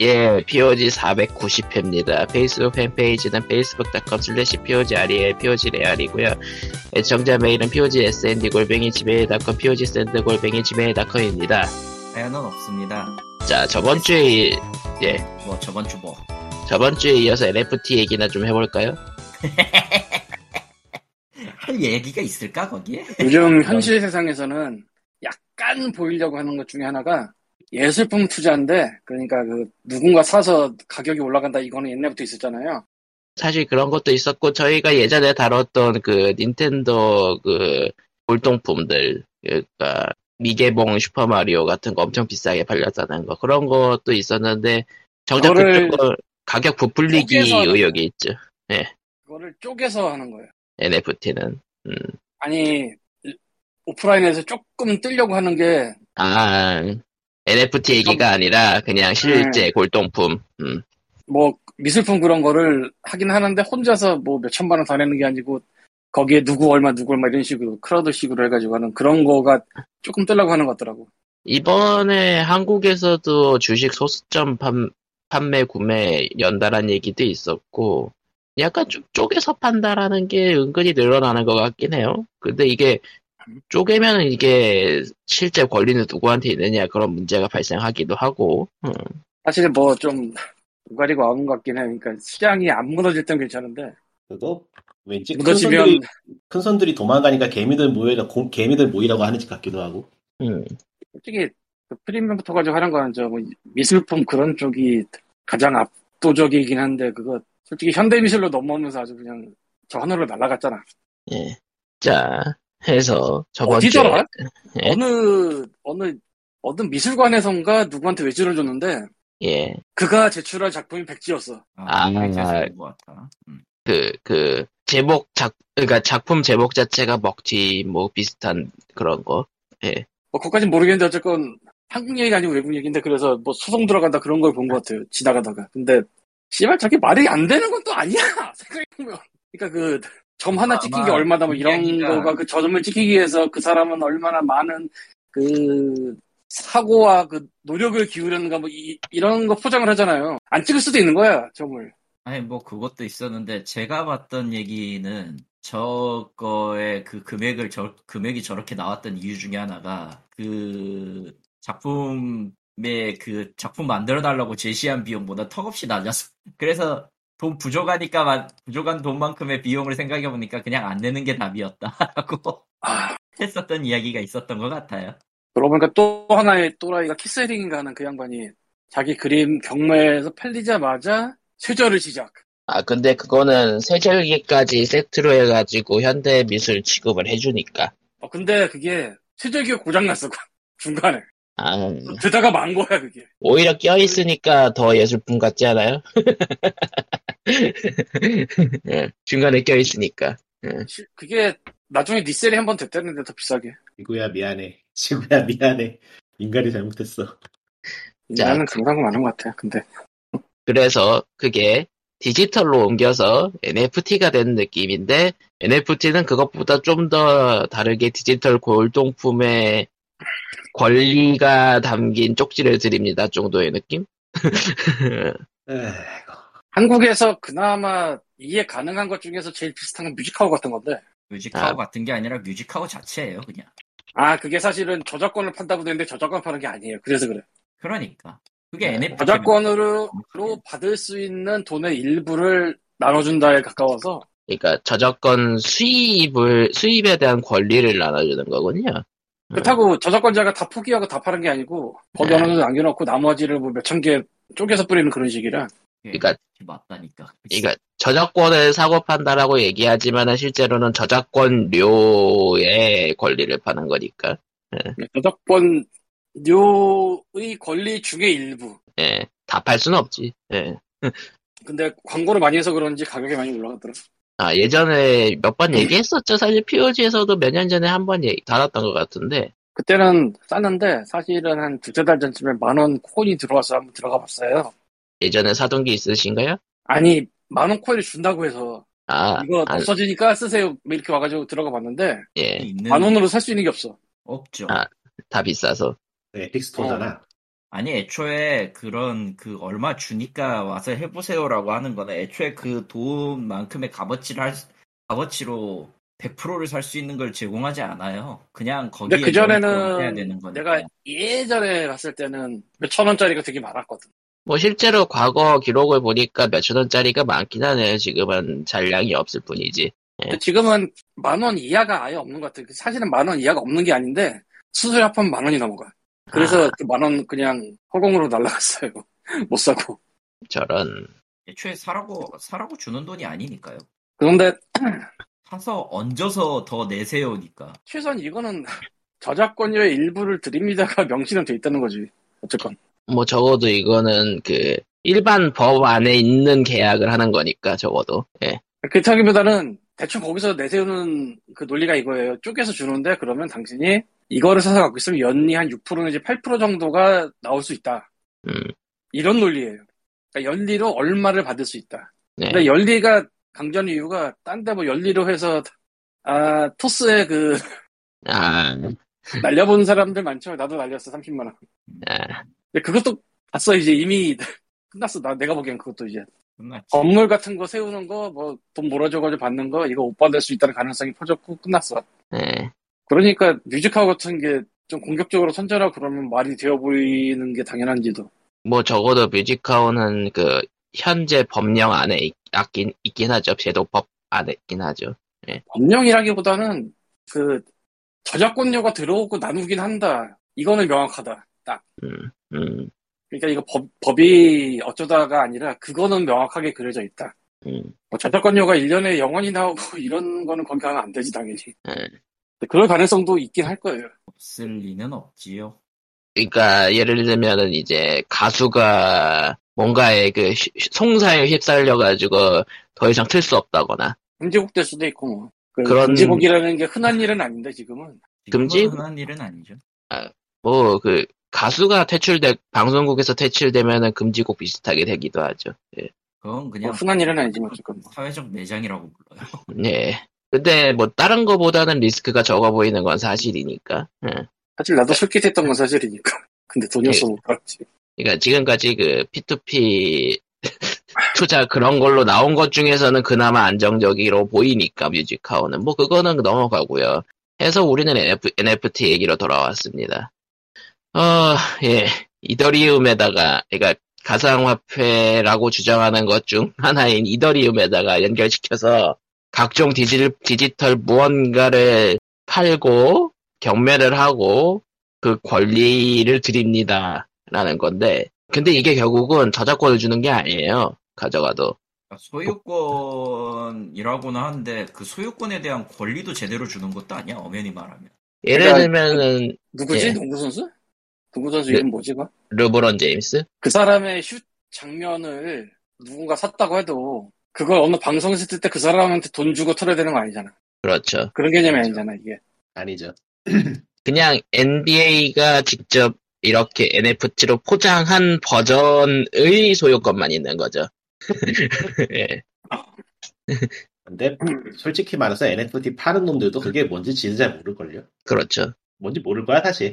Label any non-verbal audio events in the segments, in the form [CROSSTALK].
예, POG 490회입니다. 페이스북 팬페이지는 facebook.com slash POGREL, POGREAL이고요. 애청자 메일은 POGSND골뱅이 지메일.com, POGSND골뱅이 지메일.com입니다. 사연은 없습니다. 자, 저번주에, 예, 뭐 저번 주 뭐. 저번주에 이어서 NFT 얘기나 좀 해볼까요? 할 얘기가 있을까 거기에? 요즘 현실 세상에서는 약간 보이려고 하는 것 중에 하나가 예술품 투자인데 그러니까 그 누군가 사서 가격이 올라간다 이거는 옛날부터 있었잖아요. 사실 그런 것도 있었고, 저희가 예전에 다뤘던 그 닌텐도 그 골동품들, 그러니까 미개봉 슈퍼마리오 같은 거 엄청 비싸게 팔렸다는 거, 그런 것도 있었는데, 정작 그거를- 그쪽은 가격 부풀리기 거기에서는- 의혹이 있죠. 그거를 쪼개서 하는 거예요. NFT는. 음. 아니 오프라인에서 조금 뜨려고 하는 게 아, NFT 얘기가 아니라 그냥 실제 네. 골동품. 음. 뭐 미술품 그런 거를 하긴 하는데 혼자서 뭐 몇 천만 원 다 내는 게 아니고 거기에 누구 얼마 누구 얼마 이런 식으로 크라우드식으로 해가지고 하는 그런 거가 조금 뜨려고 하는 것 같더라고. 이번에 한국에서도 주식 소수점 판, 판매 구매 연달한 얘기도 있었고 약간 좀 쪼개서 판다라는 게 은근히 늘어나는 것 같긴 해요. 근데 이게 쪼개면 이게 실제 권리는 누구한테 있느냐 그런 문제가 발생하기도 하고 음. 사실 뭐 좀 우가리고 아웅 같긴 해. 그러니까 시장이 안 무너질 땐 괜찮은데 그거 왠지 큰 무너지면 손들이, 큰 손들이 도망가니까 개미들 모이라 고, 개미들 모이라고 하는 집 같기도 하고 음. 솔직히 그 프리미엄 붙어가지고 하는 거는 저뭐 미술품 그런 쪽이 가장 압도적이긴 한데 그거 솔직히 현대 미술로 넘어오면서 아주 그냥 저 하늘로 날아갔잖아. 예. 자 해서 저번 주에 어디더라? 예. 어느 어느 어느 미술관에선가 누구한테 외주를 줬는데 예. 그가 제출할 작품이 백지였어. 아, 그게 제일 좋은 것 같아. 음. 그, 그, 제목, 작, 그니까 작품 제목 자체가 먹튀, 뭐, 비슷한 그런 거. 뭐 그것까진 모르겠는데 어쨌건 한국 얘기가 아니고 외국 얘기인데 그래서 뭐 소송 들어간다 그런 걸 본 것 같아요. 지나가다가. 근데 씨발 저게 말이 안 되는 건 또 아니야. [LAUGHS] 생각해보면. 그러니까 그 점 하나 찍힌 게 아마 얼마다 뭐 이런 얘기가- 거가 그 저점을 찍히기 위해서 그 사람은 얼마나 많은 그 사고와 그 노력을 기울였는가 뭐 이, 이런 거 포장을 하잖아요. 안 찍을 수도 있는 거야 점을. 아니 뭐 그것도 있었는데 제가 봤던 얘기는 저거의 그 금액을 저 금액이 저렇게 나왔던 이유 중에 하나가 그 작품의 그 작품 만들어 달라고 제시한 비용보다 턱없이 낮아서 [LAUGHS] 그래서 돈 부족하니까 만- 부족한 돈만큼의 비용을 생각해 보니까 그냥 안 내는 게 답이었다라고 [LAUGHS] 아, 했었던 이야기가 있었던 것 같아요. 그러고 보니까 또 하나의 또라이가 키스헤링인가 하는 그 양반이 자기 그림 경매에서 팔리자마자 세절을 시작. 아, 근데 그거는 세절기까지 세트로 해가지고 현대 미술 취급을 해주니까. 어, 근데 그게 최저기가 고장났어, 그 [LAUGHS] 중간에. 아, 되다가 만 거야, 그게. 오히려 껴있으니까 더 예술품 같지 않아요? [LAUGHS] 예, 중간에 껴있으니까. 시- 그게 나중에 리셀이 한 번 됐다는데 더 비싸게. 지구야 미안해 [LAUGHS] 지구야 미안해 인간이 잘못했어 자. 나는 그런 거 많은 것 같아, 근데. 그래서 그게 디지털로 옮겨서 NFT가 된 느낌인데 NFT는 그것보다 좀 더 다르게 디지털 골동품의 권리가 담긴 쪽지를 드립니다 정도의 느낌? 에이구. 한국에서 그나마 이해 가능한 것 중에서 제일 비슷한 건 뮤직하우 같은 건데. 뮤직하우 아. 같은 게 아니라 뮤직하우 자체예요, 그냥. 아, 그게 사실은 저작권을 판다고 되는데 저작권 파는 게 아니에요. 그래서 그래. 그러니까 그게 NFT. 네. 저작권으로 로 받을 수 있는 돈의 일부를 나눠준다에 가까워서 그러니까 저작권 수입을 수입에 대한 권리를 나눠주는 거군요. 그렇다고 저작권자가 다 포기하고 다 파는 게 아니고 거기 네. 어느 정도 남겨놓고 나머지를 뭐 몇 천 개 쪼개서 뿌리는 그런 식이라 예, 그러니까- 맞다니까. 그러니까 저작권을 사고 판다라고 얘기하지만 실제로는 저작권료의 권리를 파는 거니까. 네, 저작권료의 권리 중에 일부. 예, 다 팔 수는 없지. 예. 근데 광고를 많이 해서 그런지 가격이 많이 올라갔더라. 아, 예전에 몇 번 얘기했었죠. 사실 POG에서도 몇 년 전에 한 번 얘기 달았던 것 같은데. 그때는 쌌는데 사실은 한 두세 달 전쯤에 만 원 코인이 들어와서 한번 들어가 봤어요. 예전에 사둔 게 있으신가요? 아니 만 원 코인을 준다고 해서 아, 이거 아, 없어지니까 쓰세요 뭐 이렇게 와가지고 들어가 봤는데 예. 있는 만 원으로 살 수 있는 게 없어. 없죠. 아. 다 비싸서. 네, 엑스토잖아 아니 애초에 그런 그 얼마 주니까 와서 해보세요라고 하는 거는 애초에 그 돈만큼의 값어치를 할 수- 값어치로 100%를 살 수 있는 걸 제공하지 않아요. 그냥 거기에 근데 그전에는 영업을 해야 되는 거니까. 내가 예전에 봤을 때는 몇 천 원짜리가 되게 많았거든. 뭐 실제로 과거 기록을 보니까 몇천 원짜리가 많긴 하네요. 지금은 잔량이 없을 뿐이지. 근데 지금은 만 원 이하가 아예 없는 것 같아. 요그 사실은 만 원 이하가 없는 게 아닌데 수수료 합하면 만 원이 넘어가. 그래서 만 원 그냥 허공으로 날라갔어요. [LAUGHS] 못 사고. 저런 애초에 사라고 사라고 주는 돈이 아니니까요. 그런데 사서 얹어서 더 내세요니까. 최소한 이거는 [LAUGHS] 저작권료의 일부를 드립니다가 [LAUGHS] 명시는 돼 있다는 거지. 어쨌건. 뭐 적어도 이거는 그 일반 법 안에 있는 계약을 하는 거니까 적어도 예. 그렇다기보다는 대충 거기서 내세우는 그 논리가 이거예요. 쪼개서 주는데 그러면 당신이 이거를 사서 갖고 있으면 연리 한 6% 내지 8% 정도가 나올 수 있다. 음, 이런 논리예요. 그러니까 연리로 얼마를 받을 수 있다. 네. 근데 연리가 강조하는 이유가 딴 데 뭐 연리로 해서 아 토스에 그 [LAUGHS] 아, 날려본 사람들 많죠. 나도 날렸어 30만 원. 아, 근데 그것도 봤어 이제 이미 [LAUGHS] 끝났어. 나 내가 보기엔 그것도 이제 끝났지. 건물 같은 거 세우는 거, 뭐, 돈 몰아줘가지고 받는 거, 이거 못 받을 수 있다는 가능성이 퍼졌고, 끝났어. 예. 그러니까, 뮤직하우 같은 게 좀 공격적으로 선전하고 그러면 말이 되어 보이는 게 당연한지도. 뭐 적어도 뮤지카운은 그 현재 법령 안에 있, 긴 있긴 하죠. 제도법 안에 있긴 하죠. 법령이라기보다는, 그, 저작권료가 들어오고 나누긴 한다. 이거는 명확하다. 딱. 음, 음, 그러니까 이거 법, 법이 어쩌다가 아니라, 그거는 명확하게 그려져 있다. 음. 뭐 저작권료가 1년에 영원히 나오고, [LAUGHS] 이런 거는 건강은 안 되지, 당연히. 네. 근데 그럴 가능성도 있긴 할 거예요. 없을 리는 없지요. 그러니까 예를 들면은 이제 가수가 뭔가의 그 휘- 송사에 휩쓸려 가지고 더 이상 틀 수 없다거나 금지곡 될 수도 있고 뭐. 그 그런- 금지곡이라는 게 흔한 일은 아닌데 지금은 뭐 지금은 금지? 흔한 일은 아니죠. 뭐 그 가수가 퇴출돼 방송국에서 퇴출되면은 금지곡 비슷하게 되기도 하죠. 예. 그건 뭐 그냥 흔한 일은 아니지만 어쨌건 뭐. 사회적 매장이라고 불러요. 예. 근데 뭐 다른 거보다는 리스크가 적어 보이는 건 사실이니까. 예. 사실 나도 술깃했던 건 사실이니까 [LAUGHS] 근데 돈이 예. 없어 못 팔았지 그러니까 지금까지 그 P2P [LAUGHS] 투자 그런 걸로 나온 것 중에서는 그나마 안정적이로 보이니까 뮤직하우는 뭐 그거는 넘어가고요. 해서 우리는 NF, NFT 얘기로 돌아왔습니다. 어, 예. 이더리움에다가 그러니까 가상화폐라고 주장하는 것 중 하나인 이더리움에다가 연결시켜서 각종 디지, 디지털 무언가를 팔고 경매를 하고 그 권리를 드립니다. 라는 건데 근데 이게 결국은 저작권을 주는 게 아니에요 가져가도 그러니까 소유권이라고는 하는데 그 소유권에 대한 권리도 제대로 주는 것도 아니야 엄연히 말하면 예를 그러니까- 들면은 누구지 예. 농구 선수? 농구 선수 네. 이름 뭐지? 그? 르브론 제임스 그 사람의 슛 장면을 누군가 샀다고 해도 그걸 어느 방송에서 쓸 때 그 사람한테 돈 주고 털어야 되는 거 아니잖아 그렇죠 그런 개념이 아니잖아 이게 아니죠. 그냥 NBA가 직접 이렇게 NFT로 포장한 버전의 소유권만 있는 거죠 [LAUGHS] 예. 근데 솔직히 말해서 NFT 파는 놈들도 그게 뭔지 진짜 잘 모를걸요. 그렇죠 뭔지 모를 거야 사실.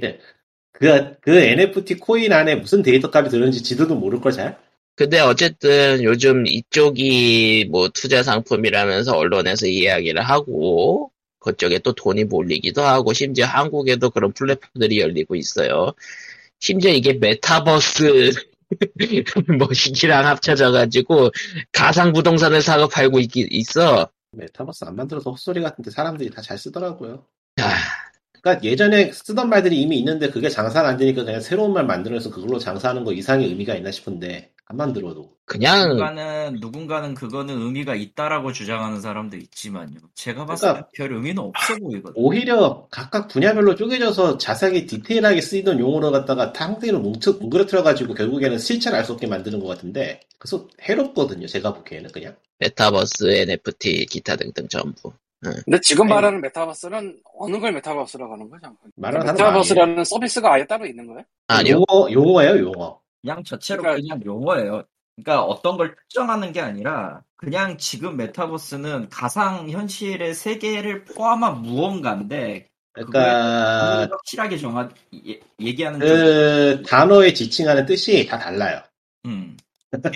그, 그 NFT 코인 안에 무슨 데이터 값이 들었는지 지들도 모를 걸 잘. 근데 어쨌든 요즘 이쪽이 뭐 투자 상품이라면서 언론에서 이야기를 하고 그쪽에 또 돈이 몰리기도 하고 심지어 한국에도 그런 플랫폼들이 열리고 있어요. 심지어 이게 메타버스 [LAUGHS] 뭐시기랑 합쳐져 가지고 가상 부동산을 사고 팔고 있, 있어. 메타버스 안 만들어서 헛소리 같은데 사람들이 다 잘 쓰더라고요. 아. 그러니까 예전에 쓰던 말들이 이미 있는데 그게 장사가 안 되니까 그냥 새로운 말 만들어서 그걸로 장사하는 거 이상의 의미가 있나 싶은데 안 만들어도 그냥 누군가는 누군가는 그거는 의미가 있다라고 주장하는 사람도 있지만요 제가 봤을 그러니까- 때 별 의미는 없어 보이거든 오히려 각각 분야별로 쪼개져서 자세하게 디테일하게 쓰이던 용어를 갖다가 탕대로 뭉그러뜨려가지고 결국에는 실체를 알 수 없게 만드는 것 같은데 그래서 해롭거든요 제가 보기에는 그냥 메타버스, NFT, 기타 등등 전부. 근데 지금 아니. 말하는 메타버스는 어느 걸 메타버스라고 하는 거죠? 말하는 사람 아니에요. 메타버스라는 서비스가 아예 따로 있는 거예요? 아니요. 용어, 용어예요 용어 그냥 자체로 그러니까- 그냥 용어예요 그러니까 어떤 걸 특정하는 게 아니라 그냥 지금 메타버스는 가상 현실의 세계를 포함한 무언가인데 그러니까 확실하게 정한 예- 얘기하는 게 그 단어에 지칭하는 뜻이 다 달라요. [LAUGHS] 음.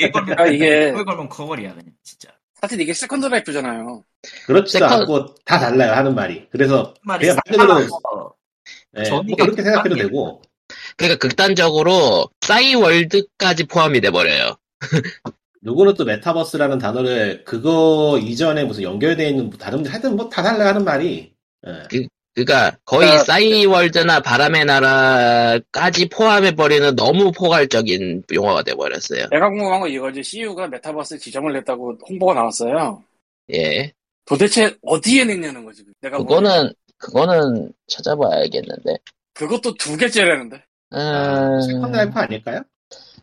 얘 걸면 아, 이게- 얘 걸면 커버리야 그냥 진짜. 사실 이게 세컨드 라이프잖아요. 그렇지도 세컨- 않고 다 달라요 하는 말이. 그래서 말이 그냥 말 그대로- 살아서 예, 전이가 뭐 그렇게 생각해도 있다. 되고 그러니까 극단적으로 싸이월드까지 포함이 돼버려요. 누구는 또 메타버스라는 단어를 그거 이전에 무슨 연결되어 있는 뭐 다른 하여튼 뭐 다 달라요 하는 말이. 예. 그러니까 거의 그러니까- 싸이월드나 바람의 나라까지 포함해버리는 너무 포괄적인 용어가 돼버렸어요. 내가 궁금한 건 이거지. CU가 메타버스 지정을 냈다고 홍보가 나왔어요. 예. 도대체 어디에 냈냐는 거지. 내가 뭐 모르겠어. 그거는, 그거는 찾아봐야겠는데. 그것도 두 개째라는데. 아, 음, 세컨드 라이프 아닐까요?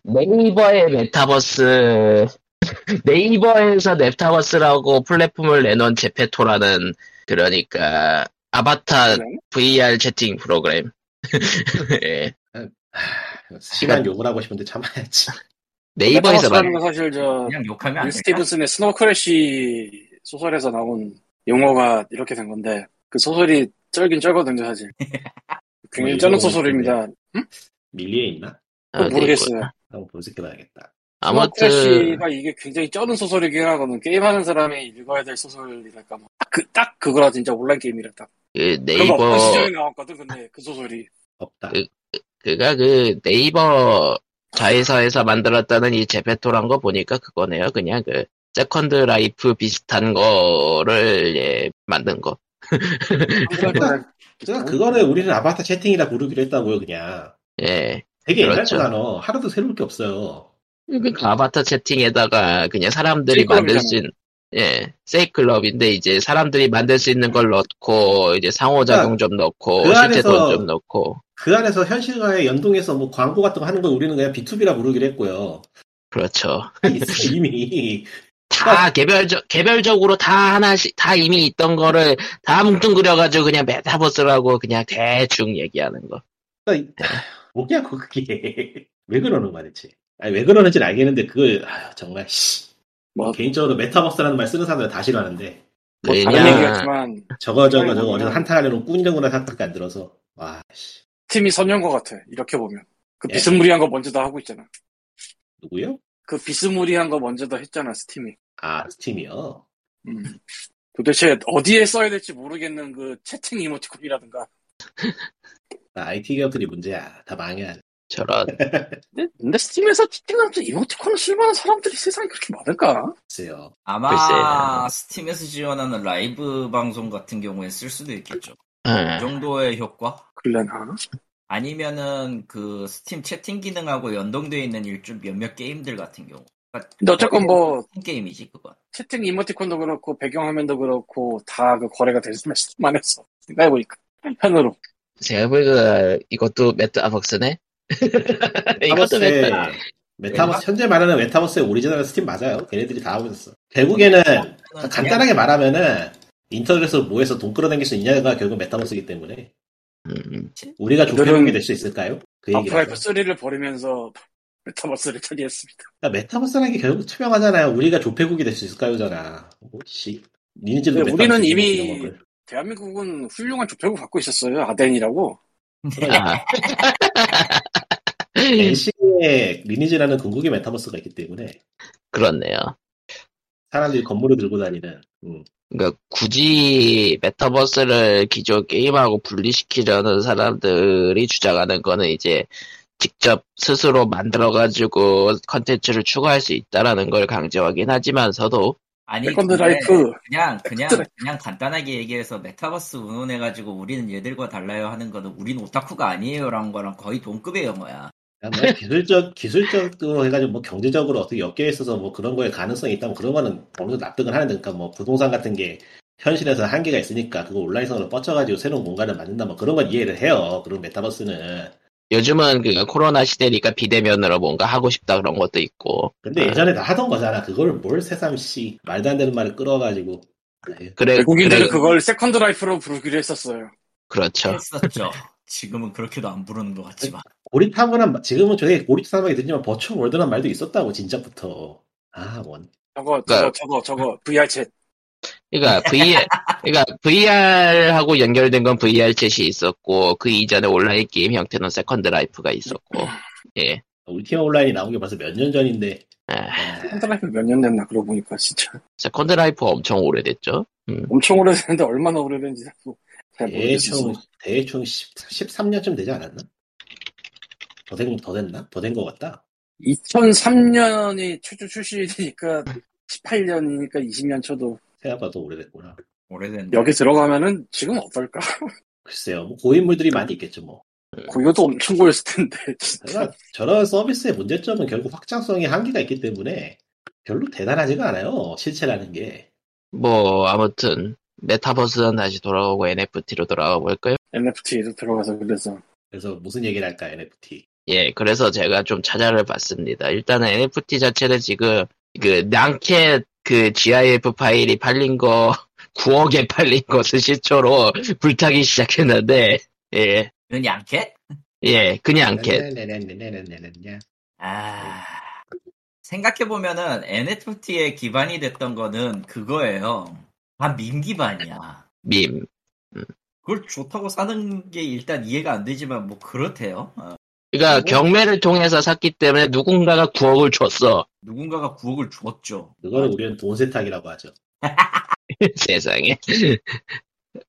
네이버의 메타버스, [LAUGHS] 네이버에서 메타버스라고 플랫폼을 내놓은 제페토라는, 그러니까, 아바타 그러면? VR 채팅 프로그램. [LAUGHS] 예. 시간 욕을 하고 싶은데 참아야지. [LAUGHS] 네이버에서 만, 메타버스라는 건 사실 저 그냥 욕하면 안 윌 돼. 스티븐슨의 스노우 크래쉬 소설에서 나온 용어가 이렇게 된 건데 그 소설이 쩔긴 [LAUGHS] 쩔거든요 사실. 굉장히 쩌는 소설입니다. 밀리에 있나? 아, 네, 모르겠어요. 한번 검색해봐야겠다. 아무튼, 크래쉬가 이게 굉장히 쩌는 소설이긴 하거든. 게임하는 사람이 읽어야 될 소설이랄까 뭐. 딱, 그, 딱 그거라 진짜 온라인 게임이라 딱. 그 그거 네이버, 어떤 시절에 나왔거든 근데 그 소설이. 없다. 그- 그가 그 네이버 자회사에서 만들었다는 이 제페토란 거 보니까 그거네요. 그냥 그, 세컨드 라이프 비슷한 거를, 예, 만든 거. [LAUGHS] 제가 그러니까 그거를 뭐 우리는 아바타 채팅이라 부르기로 했다고요, 그냥. 예. 되게 옛날 그렇죠. 단어. 하나도 새로울 게 없어요. 그러니까 아바타 채팅에다가 그냥 사람들이 만들 수 있는 예 세이클럽인데 이제 사람들이 만들 수 있는 걸 넣고 이제 상호작용 좀 넣고 그 실제 안에서- 돈좀 넣고 그 안에서 현실과의 연동해서 뭐 광고 같은 거 하는 걸 우리는 그냥 B2B라 부르기로 했고요. [LAUGHS] 그렇죠 있어, 이미. 다 개별적 개별적으로 다 하나씩 다 이미 있던 거를 다 뭉뚱그려가지고 그냥 메타버스라고 그냥 대충 얘기하는 거 그러니까 뭐냐, 그게. [LAUGHS] 왜 그러는 거야, 대체. 아니, 왜 그러는지는 알겠는데, 그걸, 아휴, 정말, 씨. 뭐, 개인적으로 메타버스라는 말 쓰는 사람들 다 싫어하는데, 뭐 다른 그냥 얘기였지만 저거, 저거, 저거, 아이고, 어디서 그냥. 한탄하려는 꾼이라고나 생각밖에 안 들어서, 와, 씨. 팀이 선연 것 같아. 이렇게 보면. 그 네. 예. 비스무리한 거 먼저 다 하고 있잖아. 누구요? 그 비스무리한 거 먼저 다 했잖아 스팀이. 아, 스팀이요. 음. 도대체 어디에 써야 될지 모르겠는 그 채팅 이모티콘이라든가. 아, IT 기업들이 문제야. 다 망해. 저런 근데, 근데 스팀에서 채팅하면서 이모티콘을 쓸만한 사람들이 세상에 그렇게 많을까? 글쎄요. 네, 아마 스팀에서 지원하는 라이브 방송 같은 경우에 쓸 수도 있겠죠. 그 응. 정도의 효과? 글래나? 아니면은 그 스팀 채팅 기능하고 연동되어 있는 일종 몇몇 게임들 같은 경우. 그러니까 근데 어쨌건 뭐 큰 게임이지 그건. 채팅 이모티콘도 그렇고 배경화면도 그렇고 다 그 거래가 될 수만 있만 했어. 생각해보니까. 한편으로. 그 제가 보니까 이것도 메타버스네 [LAUGHS] 이것도 메타버스의- 메타 네. 메타버스 현재 말하는 메타버스의 오리지널 스팀 맞아요. 걔네들이 다 하고 있었어. 결국에는 [LAUGHS] 아, 간단하게 말하면은 인터넷에서 뭐해서 돈 끌어당길 수 있냐가 결국 메타버스이기 때문에 음, 우리가 그들은- 좁혀보게 될 수 있을까요? 그 얘기라서. 아프라이프 3를 버리면서 메타버스를 처리했습니다. 그러니까 메타버스라는 게 결국 투명하잖아요. 우리가 좁혀보게 될 수 있을까요잖아. 뭐씨. 니네들도 네, 메타버스 우리는 이런 이미- 걸. 대한민국은 훌륭한 조별구 갖고 있었어요. 아덴이라고. 아. NC의 리니지라는 궁극의 메타버스가 있기 때문에 그렇네요 사람들이 건물을 들고 다니는 음. 그러니까 굳이 메타버스를 기존 게임하고 분리시키려는 사람들이 주장하는 거는 이제 직접 스스로 만들어가지고 컨텐츠를 추구할 수 있다라는 걸 강조하긴 하지만서도 아니 네. 세컨드 근데 라이프. 그냥 그냥 세컨드 그냥 간단하게 얘기해서 메타버스 운운해가지고 우리는 얘들과 달라요 하는 거는 우린 오타쿠가 아니에요라는 거랑 거의 동급의 영어야. 그러니까 뭐 기술적 [LAUGHS] 기술적으로 해가지고 뭐 경제적으로 어떻게 엮여 있어서 뭐 그런 거에 가능성이 있다면 그런 거는 어느 정도 납득은 하는데 그러니까 뭐 부동산 같은 게 현실에서 한계가 있으니까 그거 온라인상으로 뻗쳐가지고 새로운 공간을 만든다 뭐 그런 건 이해를 해요 그런 메타버스는 요즘은 그 코로나 시대니까 비대면으로 뭔가 하고 싶다 그런 것도 있고 근데 아, 예전에 다 하던 거잖아 그거를 뭘 새삼씨 말도 안 되는 말을 끌어가지고 네. 아유, 그래 외국인들은 그래 그걸 세컨드 라이프로 부르기로 했었어요. 그렇죠 했었죠. 지금은 그렇게도 안 부르는 것 같지만. 고리타분한 지금은 저게 고리타분하게 들리지만 버추얼 월드란 말도 있었다고 진짜부터 아원 저거, 저거, 그러니까- 저거, 저거, VR챗. 그러니까 V 그러니까 VR하고 연결된 건 VR챗이 있었고 그 이전에 온라인 게임 형태는 세컨드 라이프가 있었고 예. 울티마 온라인이 나온 게 벌써 몇 년 전인데 네. 아, 펀드라이프 몇 년 됐나 그러고 보니까 진짜 세컨드 라이프 엄청 오래됐죠. 음. 엄청 오래됐는데 얼마나 오래된지 자꾸 잘 예, 모르겠어. 대충 대충 10, 13년쯤 되지 않았나? 더된더 됐나? 더 된 것 같다. 2003년이 최초 출시되니까 18년이니까 20년 쳐도 생각보다 더 오래됐구나. 오래된 여기 들어가면은 지금 어떨까? 글쎄요, 뭐 고인물들이 많이 있겠죠 뭐. 이것도 엄청 고였을 텐데 진짜. 그러니까 저런 서비스의 문제점은 결국 확장성에 한계가 있기 때문에 별로 대단하지가 않아요. 실체라는 게. 뭐 아무튼 메타버스는 다시 돌아오고 NFT로 돌아가 볼까요? NFT에도 들어가서 그래서 그래서 무슨 얘기를 할까 NFT. 예, 그래서 제가 좀 찾아를 봤습니다. 일단은 NFT 자체는 지금 그 낭켓 그 GIF 파일이 팔린 거 [LAUGHS] 9억에 팔린 것을 시초로 불타기 시작했는데 예, 은 양캣? 예, 그냥 네. 캣. 네네네네네네네네. 아 생각해보면은 NFT에 기반이 됐던 거는 그거예요 다민 기반이야 밈. 그걸 좋다고 사는 게 일단 이해가 안 되지만 뭐 그렇대요 어, 그러니까 음. 그리고- 경매를 통해서 샀기 때문에 누군가가 9억을 줬어. [LAUGHS] 누군가가 9억을 주었죠 그거를 우리는 돈 세탁이라고 하죠. 세상에.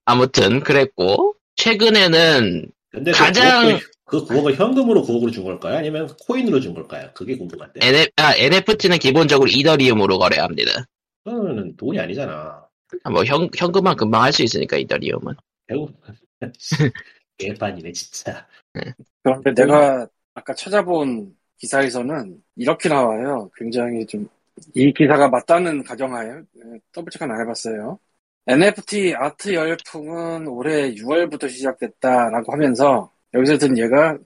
아무튼 그랬고 최근에는 근데 그 가장- 9억을, 그 9억을 현금으로 9억으로 준 걸까요? 아니면 코인으로 준 걸까요? 그게 궁금한데. NF, 아, t 는 기본적으로 이더리움으로 거래합니다. 그거는 돈이 아니잖아. 아, 뭐 현, 현금만 금방 할 수 있으니까 이더리움은. 결국 개판이네 진짜. 그런데 내가 아까 찾아본 기사에서는 이렇게 나와요. 굉장히 좀 이 기사가 맞다는 가정하에 예, 더블 체크는 안 해봤어요. NFT 아트 열풍은 올해 6월부터 시작됐다라고 하면서 여기서 든 얘가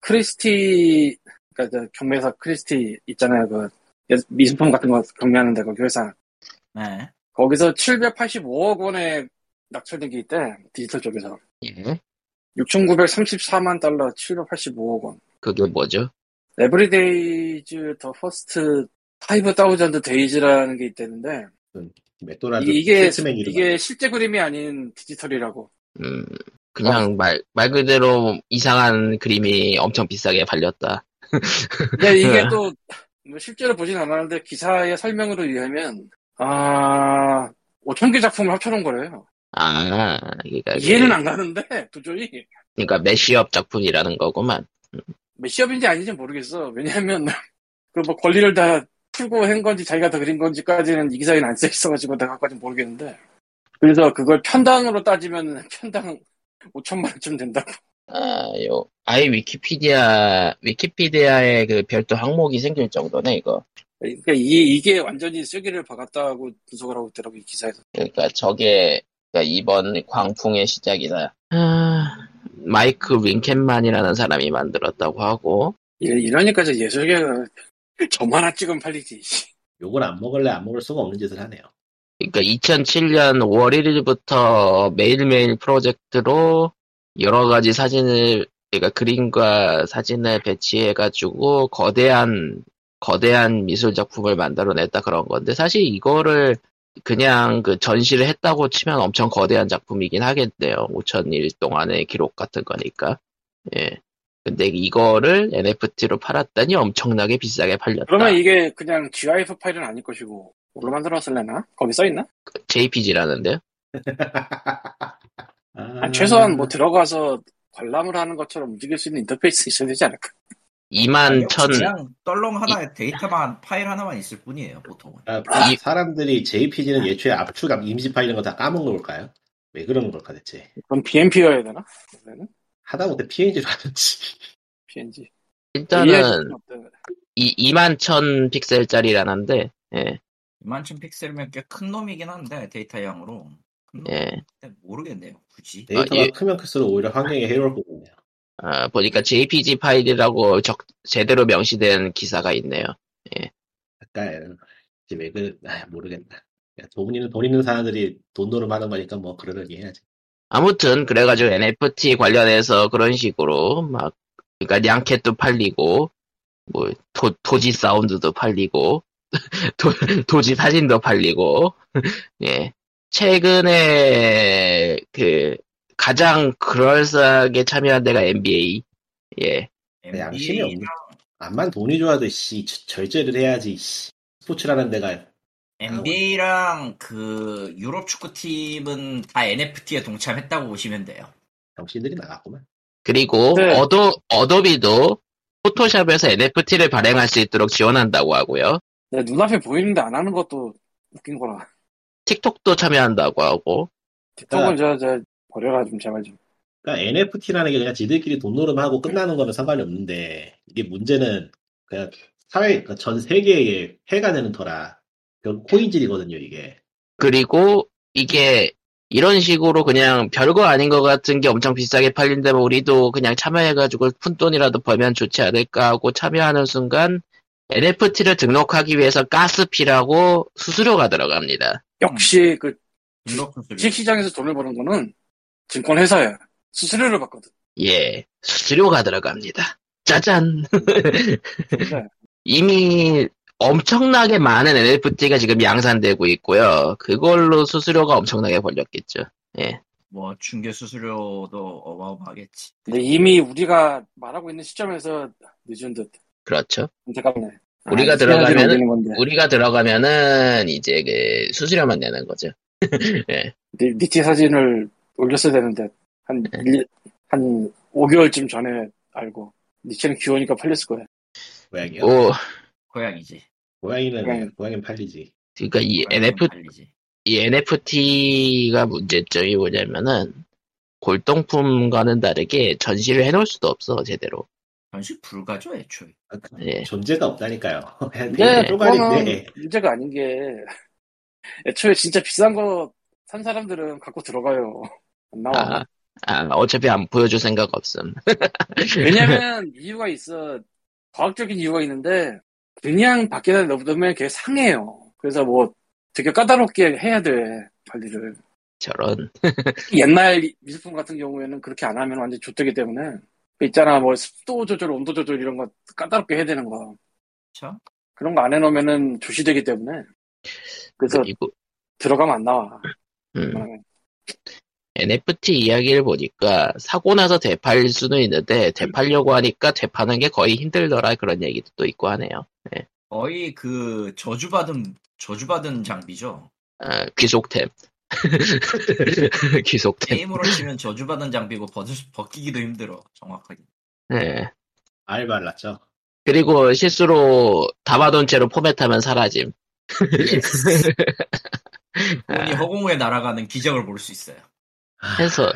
크리스티 그러니까 저 경매사 크리스티 있잖아요. 그 예- 미술품 같은 거 경매하는데 거기 회사 네. 거기서 785억 원에 낙찰된 게 있대 디지털 쪽에서 예. 6,934만 달러 785억 원 그게 뭐죠? 에브리데이즈 더 퍼스트 5000 데이즈라는 게 있다는데 맥도날드 이게 세트맨 이름 이게 실제 그림이 아닌 디지털이라고 음, 아. 그냥 말, 말 그대로 이상한 그림이 엄청 비싸게 팔렸다. 근데 이게 [LAUGHS] 네. 또뭐 실제로 보진 않았는데 기사의 설명으로 의하면 아 5천 개 작품을 합쳐놓은 거래요 아, 네. 그러니까, 이해는 안 가는데 도저히 그러니까 메시업 작품이라는 거구만. 몇뭐 시합인지 아닌지 모르겠어 왜냐하면 [LAUGHS] 그 뭐 권리를 다 풀고 한 건지 자기가 다 그린 건지까지는 이 기사에는 안 써 있어가지고 내가까지 모르겠는데 그래서 그걸 편당으로 따지면 [LAUGHS] 편당 5천만 원쯤 된다고 아, 요, 아예 위키피디아, 위키피디아에 그 별도 항목이 생길 정도네, 이거. 그러니까 이, 이게 완전히 쓰기를 박았다고 분석을 하고 있더라고 이 기사에서 그러니까 저게, 그러니까 이번 광풍의 시작이다. 아, 마이크 윙켄만이라는 사람이 만들었다고 하고, 예, 이러니까 저 예술계가 [LAUGHS] 저만 한 찍으면 팔리지 씨. 욕을 안 먹을래 안 먹을 수가 없는 짓을 하네요. 그러니까 2007년 5월 1일부터 매일매일 프로젝트로 여러 가지 사진을 그러니까 그림과 사진을 배치해 가지고 거대한 거대한 미술 작품을 만들어냈다 그런 건데 사실 이거를 그냥 그 전시를 했다고 치면 엄청 거대한 작품이긴 하겠네요. 5천일 동안의 기록 같은 거니까. 예. 근데 이거를 NFT로 팔았다니 엄청나게 비싸게 팔렸다. 그러면 이게 그냥 GIF 파일은 아닐 것이고 뭘로 만들었을래나? 거기 써있나? JPG라는데요. 아, 아니, 최소한 뭐 들어가서 관람을 하는 것처럼 움직일 수 있는 인터페이스 있어야 되지 않을까 2만 천 그냥 떨렁 하나에 데이터만 파일 하나만 있을 뿐이에요 보통은 아, 이- 사람들이 JPG는 예초에 압축, 임시 파일인 거 다 까먹은 걸까요? 왜 그러는 걸까 대체? 그럼 BMP여야 되나? 원래는? 하다못해 PNG로 하는지. PNG 이해할 일단은 수는 없다. 이 2만 천 픽셀짜리라는데 예, 2만 천 픽셀이면 꽤 큰 놈이긴 한데 데이터 양으로 큰 놈인데 예. 모르겠네요 굳이 데이터가 예. 크면 클수록 오히려 환경에 해로울 거군요. 아, 보니까 JPG 파일이라고 적, 제대로 명시된 기사가 있네요. 약간 이제 왜 그래? 아, 모르겠다. 그러니까 돈 있는 돈 있는 사람들이 돈 노름 하는 거니까 뭐 그러려니 해야지. 아무튼 그래가지고 NFT 관련해서 그런 식으로 막 그러니까 양캣도 팔리고 뭐 도, 도지 [LAUGHS] 사운드도 팔리고 도, 도지 사진도 팔리고 [LAUGHS] 예 최근에 그 가장 그럴싸하게 참여한 데가 NBA. 예. 네, 양심이 NBA 없네. 암만 돈이 좋아도 씨 저- 절제를 해야지 씨. 스포츠라는 데가 NBA랑 그 유럽 축구팀은 다 NFT에 동참했다고 보시면 돼요. 정신들이 나갔구만. 그리고 네. 어도 어도비도 포토샵에서 NFT를 발행할 수 있도록 지원한다고 하고요. 내 눈앞에 보이는데 안 하는 것도 웃긴 거라. [LAUGHS] 틱톡도 참여한다고 하고. 네. 틱톡은 저, 저, 버려라 좀 제발 음. 좀. 그러니까 NFT라는 게 그냥 지들끼리 돈 노름하고 끝나는 거는 상관이 없는데 이게 문제는 그냥 사회 그러니까 전 세계에 해가 되는 터라 결국 코인질이거든요 이게. 그리고 이게 이런 식으로 그냥 별거 아닌 것 같은 게 엄청 비싸게 팔린다면 우리도 그냥 참여해가지고 푼돈이라도 벌면 좋지 않을까 하고 참여하는 순간 NFT를 등록하기 위해서 가스피라고 수수료가 들어갑니다. 역시 그 유럽 선수들. 주식시장에서 돈을 버는 거는 증권회사야. 수수료를 받거든. 예, 수수료가 들어갑니다. 짜잔! [LAUGHS] 근데 이미 엄청나게 많은 NFT가 지금 양산되고 있고요. 그걸로 수수료가 엄청나게 벌렸겠죠. 뭐 중개 수수료도 어마어마하겠지. 근데 이미 우리가 말하고 있는 시점에서 늦은 듯. 그렇죠. 안타깝네. 우리가 아, 시간을 들어가면은- 올리는 건데. 우리가 들어가면은 이제 그 수수료만 내는 거죠. 니- 니티 사진을 올렸어야 되는데 한, 네. 일- 한 5개월쯤 전에 알고 니체는 귀여우니까 팔렸을 거야. 고양이요. 오, 고양이지. 고양이는 고양이. 고양이는 팔리지. 그러니까 이 고양이는 NF 달리지. 이 NFT가 문제점이 뭐냐면은 골동품과는 다르게 전시를 해놓을 수도 없어 제대로. 전시 불가죠 애초에. 예. 존재가 없다니까요. [LAUGHS] 네, 그냥 근데 네, 쪼가리인데. 그거는 문제가 아닌 게 애초에 진짜 비싼 거 산 사람들은 갖고 들어가요. 안 나와. 아, 아, 어차피 안 보여줄 생각 없음. 왜냐면 이유가 있어. 과학적인 이유가 있는데 그냥 밖에다 넣으면 걔 상해요. 그래서 뭐 되게 까다롭게 해야 돼 관리를. 저런. 옛날 미술품 같은 경우에는 그렇게 안 하면 완전 좆되기 때문에 그 있잖아 뭐 습도 조절, 온도 조절 이런 거 까다롭게 해야 되는 거 참. 그런 거 안 해놓으면은 조시되기 때문에 그래서 그리고 들어가면 안 나와. 음, 웬만하면. NFT 이야기를 보니까 사고 나서 되팔 수는 있는데 되팔려고 하니까 되파는 게 거의 힘들더라 그런 얘기도 또 있고 하네요. 거의 그 저주받은 저주받은 장비죠. 아, 귀속템. [LAUGHS] 귀속템. 게임으로 네. 치면 저주받은 장비고 벗, 벗기기도 힘들어 [LAUGHS] 정확하게. 예. 알 발랐죠. 그리고 실수로 담아둔 채로 포맷하면 사라짐. 예스. 돈이 허공에 날아가는 기적을 볼 수 있어요. 해서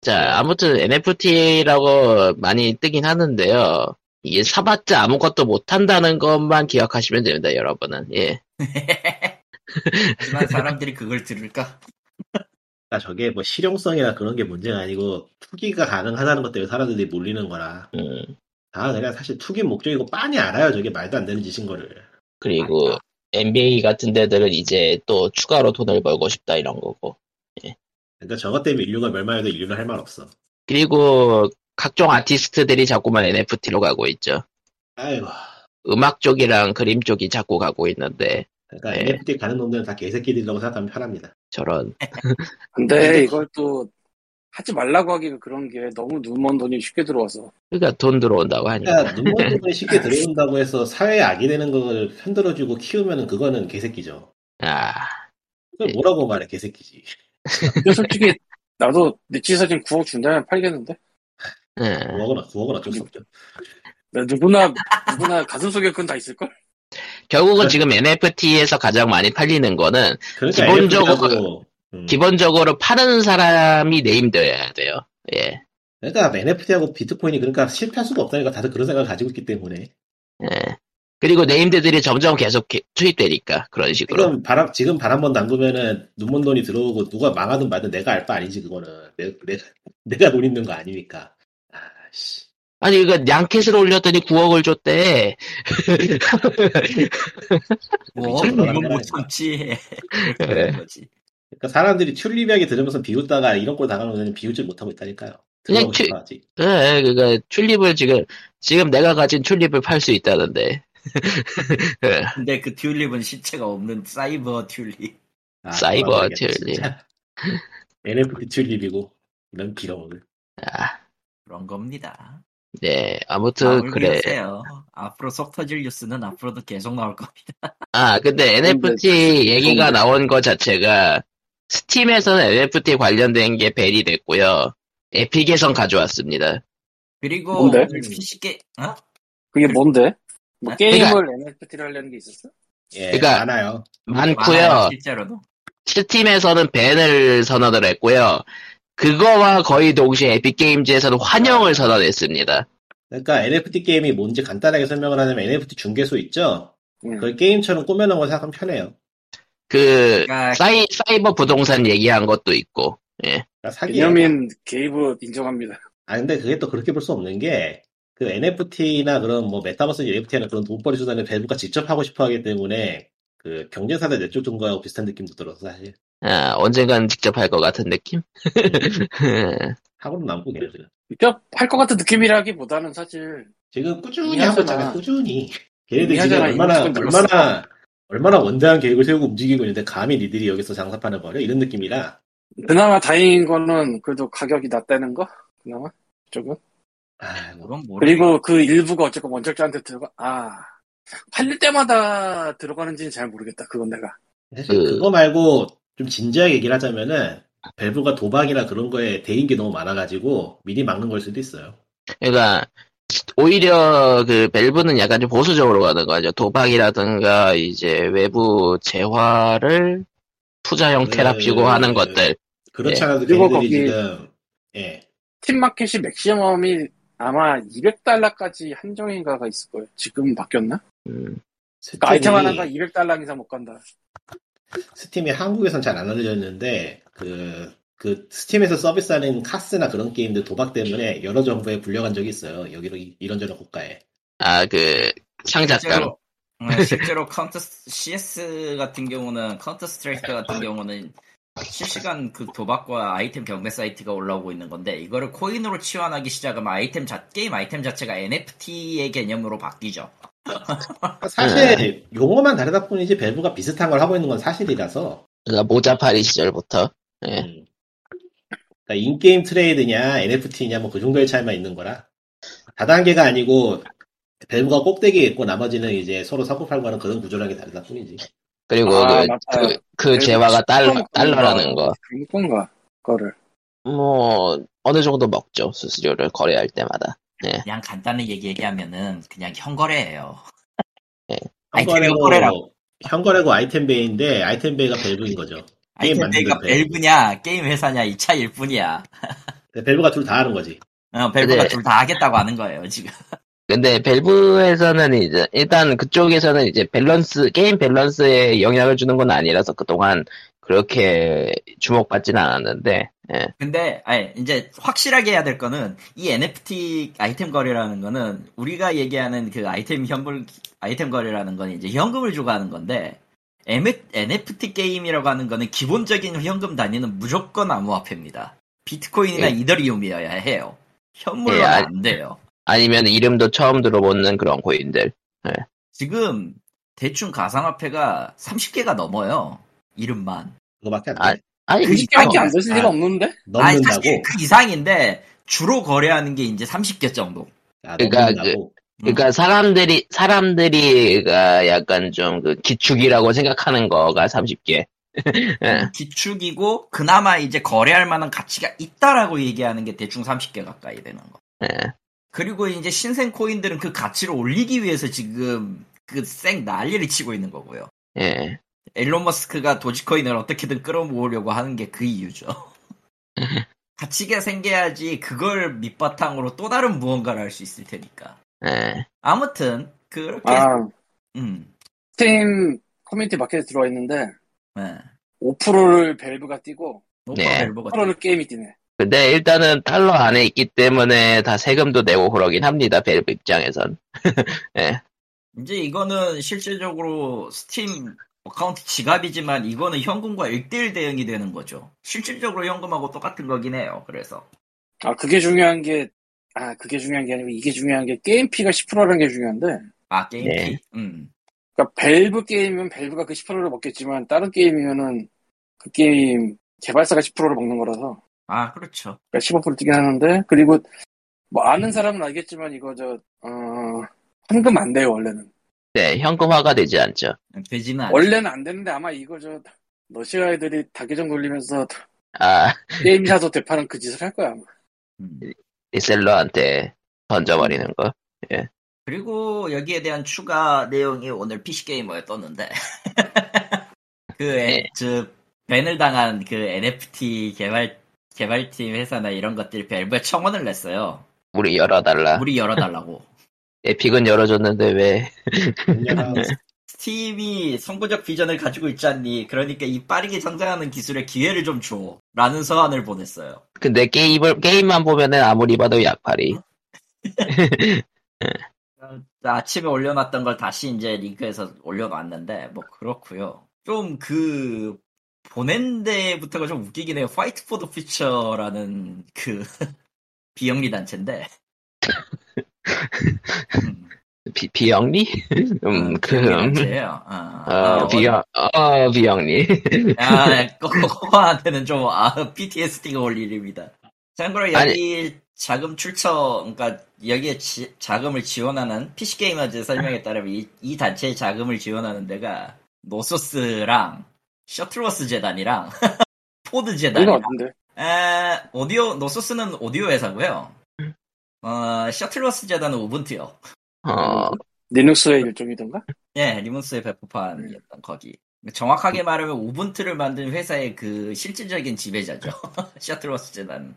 자 아무튼 NFT라고 많이 뜨긴 하는데요. 이게 사봤자 아무것도 못한다는 것만 기억하시면 됩니다, 여러분은. 예. 하지만 사람들이 그걸 들을까? 그러니까 저게 뭐 실용성이나 그런 게 문제가 아니고 투기가 가능하다는 것 때문에 사람들이 몰리는 거라. 음, 다 그냥 사실 투기 목적이고 빤히 알아요. 저게 말도 안 되는 짓인 거를. 그리고 NBA 같은 데들은 이제 또 추가로 돈을 벌고 싶다 이런 거고. 근데 그러니까 저것 때문에 인류가 멸망해도 인류는 할 말 없어. 그리고 각종 아티스트들이 자꾸만 NFT로 가고 있죠. 아이고. 음악 쪽이랑 그림 쪽이 자꾸 가고 있는데 그러니까 네. NFT 가는 놈들은 다 개새끼들이라고 생각하면 편합니다. 저런 근데 이걸 또 하지 말라고 하기가 그런 게 너무 눈먼 돈이 쉽게 들어와서 그러니까 돈 들어온다고 하니까. 그러니까 눈먼 부분이 쉽게 들어온다고 해서 사회에 악이 되는 걸 흔들어주고 키우면은 그거는 개새끼죠. 아. 그걸 뭐라고 말해 개새끼지. 근데 솔직히 나도 니치 사진 9억 준다면 팔겠는데 예. 구하거나 구하거나 어쩔 수 없죠. 나 누구나 누구나 가슴속에 그건 다 있을걸? 결국은 지금 NFT에서 가장 많이 팔리는 거는 그러니까 기본적으로- NFT라고, 음, 기본적으로 파는 사람이 네임되어야 돼요. 예. 그러니까 NFT하고 비트코인이 그러니까 실패할 수가 없다니까 다들 그런 생각을 가지고 있기 때문에 예. 그리고 네임드들이 점점 계속 기- 투입되니까 그런 식으로. 지금 바람 지금 바람 번 담그면은 눈먼 돈이 들어오고 누가 망하든 말든 내가 알 바 아니지 그거는 내, [LAUGHS] 내, 내가 돈 있는 거 아니니까 아씨 아니 이거 양캣을 올렸더니 9억을 줬대. 어, 뭐 이건 못 참지. [LAUGHS] 네. 그런 거지. 그러니까 사람들이 튤립 이야기 들으면서 비웃다가 이런 꼴 당하는 거는 비웃질 못하고 있다니까요 그냥 들어보고 튤- 싶어하지 예, 그니까 튤립을 지금 지금 내가 가진 튤립을 팔 수 있다는데. 근데 그 튤립은 실체가 없는 사이버 튤립. 아, 사이버 돌아가야겠다, 튤립. 진짜. [LAUGHS] NFT 튤립이고 이런 빌어먹을. 아, 그런 겁니다. 네, 아, 아무튼 울고 그래. 여세요. 앞으로 속 터질 뉴스는 앞으로도 계속 나올 겁니다. 아, 근데 NFT 얘기가 나온 거 자체가 스팀에서는 NFT 관련된 게 벨이 됐고요. 에픽에선 가져왔습니다. 그리고 뭔데? 오늘 PC 게 어? 그게 뭔데? 뭐 아, 게임을 그러니까- NFT로 하려는 게 있었어? 예, 그러니까- 많아요. 많아요, 많고요. 실제로도. 스팀에서는 밴을 선언을 했고요. 그거와 거의 동시에 에픽게임즈에서는 환영을 선언했습니다. 그러니까 NFT 게임이 뭔지 간단하게 설명을 하자면 NFT 중개소 있죠. 응. 그걸 게임처럼 꾸며놓은 걸 생각하면 편해요. 그 그러니까 사이, 사이버 부동산 얘기한 것도 있고. 그러니까 사기예요. 베냐민 게이브 인정합니다. 아 근데 그게 또 그렇게 볼 수 없는 게 그 NFT나 그런 뭐 메타버스 NFT나 그런 돈벌이 수단을 배부가 직접 하고 싶어 하기 때문에 그 경쟁사들 내쫓은 거하고 비슷한 느낌도 들어서 사실 아, 언젠가는 직접 할 것 같은 느낌? 하고는 남고 계요 지금. 그러니까 할것 같은 느낌이라기보다는 사실 지금 꾸준히 이해하잖아. 하고 있잖아요. 꾸준히. 걔네들 지금 이해하잖아. 얼마나 이거 지금 눌렀어. 얼마나 얼마나 원대한 계획을 세우고 움직이고 있는데 감히 니들이 여기서 장사판을 벌여 이런 느낌이라 그나마 다행인 거는 그래도 가격이 낮다는 거? 그나마? 조금? 아, 뭐, 그건 모르겠고 그리고 그 일부가 어쨌건 원작자한테 들어가, 아. 팔릴 때마다 들어가는지는 잘 모르겠다. 그건 내가. 사실 그- 그거 말고 좀 진지하게 얘기를 하자면은 밸브가 도박이나 그런 거에 대인 게 너무 많아가지고 미리 막는 걸 수도 있어요. 그러니까 오히려 그 밸브는 약간 좀 보수적으로 가는 거죠. 도박이라든가 이제 외부 재화를 투자 형태랍시고 네. 하는 것들. 그렇잖아도 예. 그리고 걔네들이 거기- 지금 예 팀마켓이 맥시멈이 아마 200달러까지 한정인가가 있을 거예요. 지금 바뀌었나? 음, 스팀이, 그러니까 아이템 하나가 200달러 이상 못 간다. 스팀이 한국에선 잘 안 알려져 있는데 그, 그 스팀에서 서비스하는 카스나 그런 게임들 도박 때문에 여러 정부에 불려간 적이 있어요. 여기로 이- 이런저런 국가에. 아, 그 상작강. 실제로, [LAUGHS] 네, 실제로 카운터 CS 같은 경우는 카운터 스트라이크 같은 경우는 실시간 그 도박과 아이템 경매 사이트가 올라오고 있는 건데 이거를 코인으로 치환하기 시작하면 아이템 자 게임 아이템 자체가 NFT의 개념으로 바뀌죠. 아, 네. 사실 용어만 다르다 뿐이지 밸브가 비슷한 걸 하고 있는 건 사실이라서 그러니까 모자파리 시절부터. 예. 네. 음. 그러니까 인게임 트레이드냐 NFT냐 뭐 그 정도의 차이만 있는 거라 다단계가 아니고 밸브가 꼭대기에 있고 나머지는 이제 서로 사고팔고 하는 그런 구조랑 게 다르다 뿐이지 그리고 아, 그, 맞다. 그, 그 재화가 달러, 달러라는 거. 그런 건가? 그거를. 뭐, 어느 정도 먹죠. 수수료를 거래할 때마다. 그냥 간단히 얘기- 얘기하면은 그냥 현거래예요. 네. 아이템 뭐 현거래라고. 현거래고 그 아이템 베이인데 아이템 베이가 밸브인 거죠 게임 아이템 만드는 베이가 밸브. 밸브냐 게임 회사냐 이 차일 뿐이야. 근데 밸브가 둘 다 하는 거지 어, 밸브가 네. 둘 다 하겠다고 하는 거예요 지금. 근데 밸브에서는 이제, 일단 그쪽에서는 이제 밸런스, 게임 밸런스에 영향을 주는 건 아니라서 그동안 그렇게 주목받진 않았는데, 예. 근데 아니, 이제 확실하게 해야 될 거는 이 NFT 아이템 거래라는 거는 우리가 얘기하는 그 아이템 현물 아이템 거래라는 건 이제 현금을 주고 하는 건데 M- NFT 게임이라고 하는 거는 기본적인 현금 단위는 무조건 암호화폐입니다. 비트코인이나 예. 이더리움이어야 해요. 현물로는 예, 아- 안 돼요. 아니면 이름도 처음 들어보는 그런 코인들. 지금 대충 가상화폐가 30개가 넘어요. 이름만. 그거밖에 안 돼. 아, 아니, 그 그, 그게- 시간밖에 안 아, 됐을 리가 없는데? 아니, 넘는다고 사실 그 이상인데 주로 거래하는 게 이제 30개 정도. 아, 그러니까 넘는다고 음. 러니까 사람들이, 사람들이, 가 약간 좀 그 기축이라고 생각하는 거가 30개. 예. 기축이고 그나마 이제 거래할 만한 가치가 있다라고 얘기하는 게 대충 30개 가까이 되는 거. 예. 그리고 이제 신생 코인들은 그 가치를 올리기 위해서 지금 그 쌩 난리를 치고 있는 거고요. 예. 앨런 머스크가 도지코인을 어떻게든 끌어모으려고 하는 게 그 이유죠. 가치가 생겨야지 그걸 밑바탕으로 또 다른 무언가를 할 수 있을 테니까. 예. 아무튼 그렇게 아, 음. 스팀 커뮤니티 마켓에 들어와 있는데, 네. 5%를 밸브가 뛰고, 노파 네. 밸브가 8%를 게임이 뛰네. 근데 일단은 달러 안에 있기 때문에 다 세금도 내고 그러긴 합니다. 밸브 입장에선. 이제 이거는 실질적으로 스팀 어카운트 지갑이지만 이거는 현금과 1대1 대응이 되는 거죠. 실질적으로 현금하고 똑같은 거긴 해요. 그래서. 아, 그게 중요한 게, 아, 그게 중요한 게 아니고, 이게 중요한 게, 게임피가 10%라는 게 중요한데, 아, 게임 네. 키? 음. 그러니까 밸브 게임이면 밸브가 그 10%를 먹겠지만 다른 게임이면은 그 게임 개발사가 10%를 먹는 거라서 아 그렇죠. 그러니까 15% 뛰긴 하는데 그리고 뭐 아는 사람은 알겠지만 이거 저 어, 환급 안 돼요 원래는 네, 현금화가 되지 않죠. 아, 되지는 네. 않. 원래는 안 되는데 아마 이거 저 러시아 애들이 다계정 돌리면서 아, 게임사도 대파는 그 짓을 할 거야 아마. 음. 리셀러한테 던져버리는 거. 그리고 여기에 대한 추가 내용이 오늘 PC 게이머에 떴는데 [LAUGHS] 그 애- 네. 저, 밴을 당한 그 NFT 개발 개발팀 회사나 이런 것들이 밸브에 청원을 냈어요. 우리 열어달라. 우리 열어달라고. 에픽은 열어줬는데 왜? 스팀이 선구적 비전을 가지고 있지 않니? 그러니까 이 빠르게 성장하는 기술에 기회를 좀 줘. 라는 서한을 보냈어요. 근데 게임을 게임만 보면은 아무리 봐도 약팔이. 아침에 올려놨던 걸 다시 이제 링크에서 올려놨는데 뭐 그렇고요. 좀 그 보낸 데부터가 좀 웃기긴 해요. 화이트보드 피처라는 그 [LAUGHS] 비영리 [LAUGHS] 단체인데 음, 비, 비영리? [LAUGHS] 음, 그, 아, 비영리 단체예요. 어, 어, 어, 비영, 어, 비영리. [LAUGHS] 아, 꼬꼬한테는 좀, 아, PTSD가 올 일입니다. 참고로 아니. 여기 자금 출처, 그러니까 여기에 지- 자금을 지원하는 PC게이머즈 설명에 따르면 이, 이 단체의 자금을 지원하는 데가 노소스랑 셔틀워스 재단이랑 [LAUGHS] 포드 네. 이거 재단이랑 어떤데? 에, 오디오, 노소스는 오디오 회사고요 어, 셔틀워스 재단은 우분투요. 어, 리눅스의 일종이던가? 예, 리몬스의 배포판이었던 거기. 정확하게 말하면 우분투를 만든 회사의 그 실질적인 지배자죠. [LAUGHS] 셔틀워스 재단.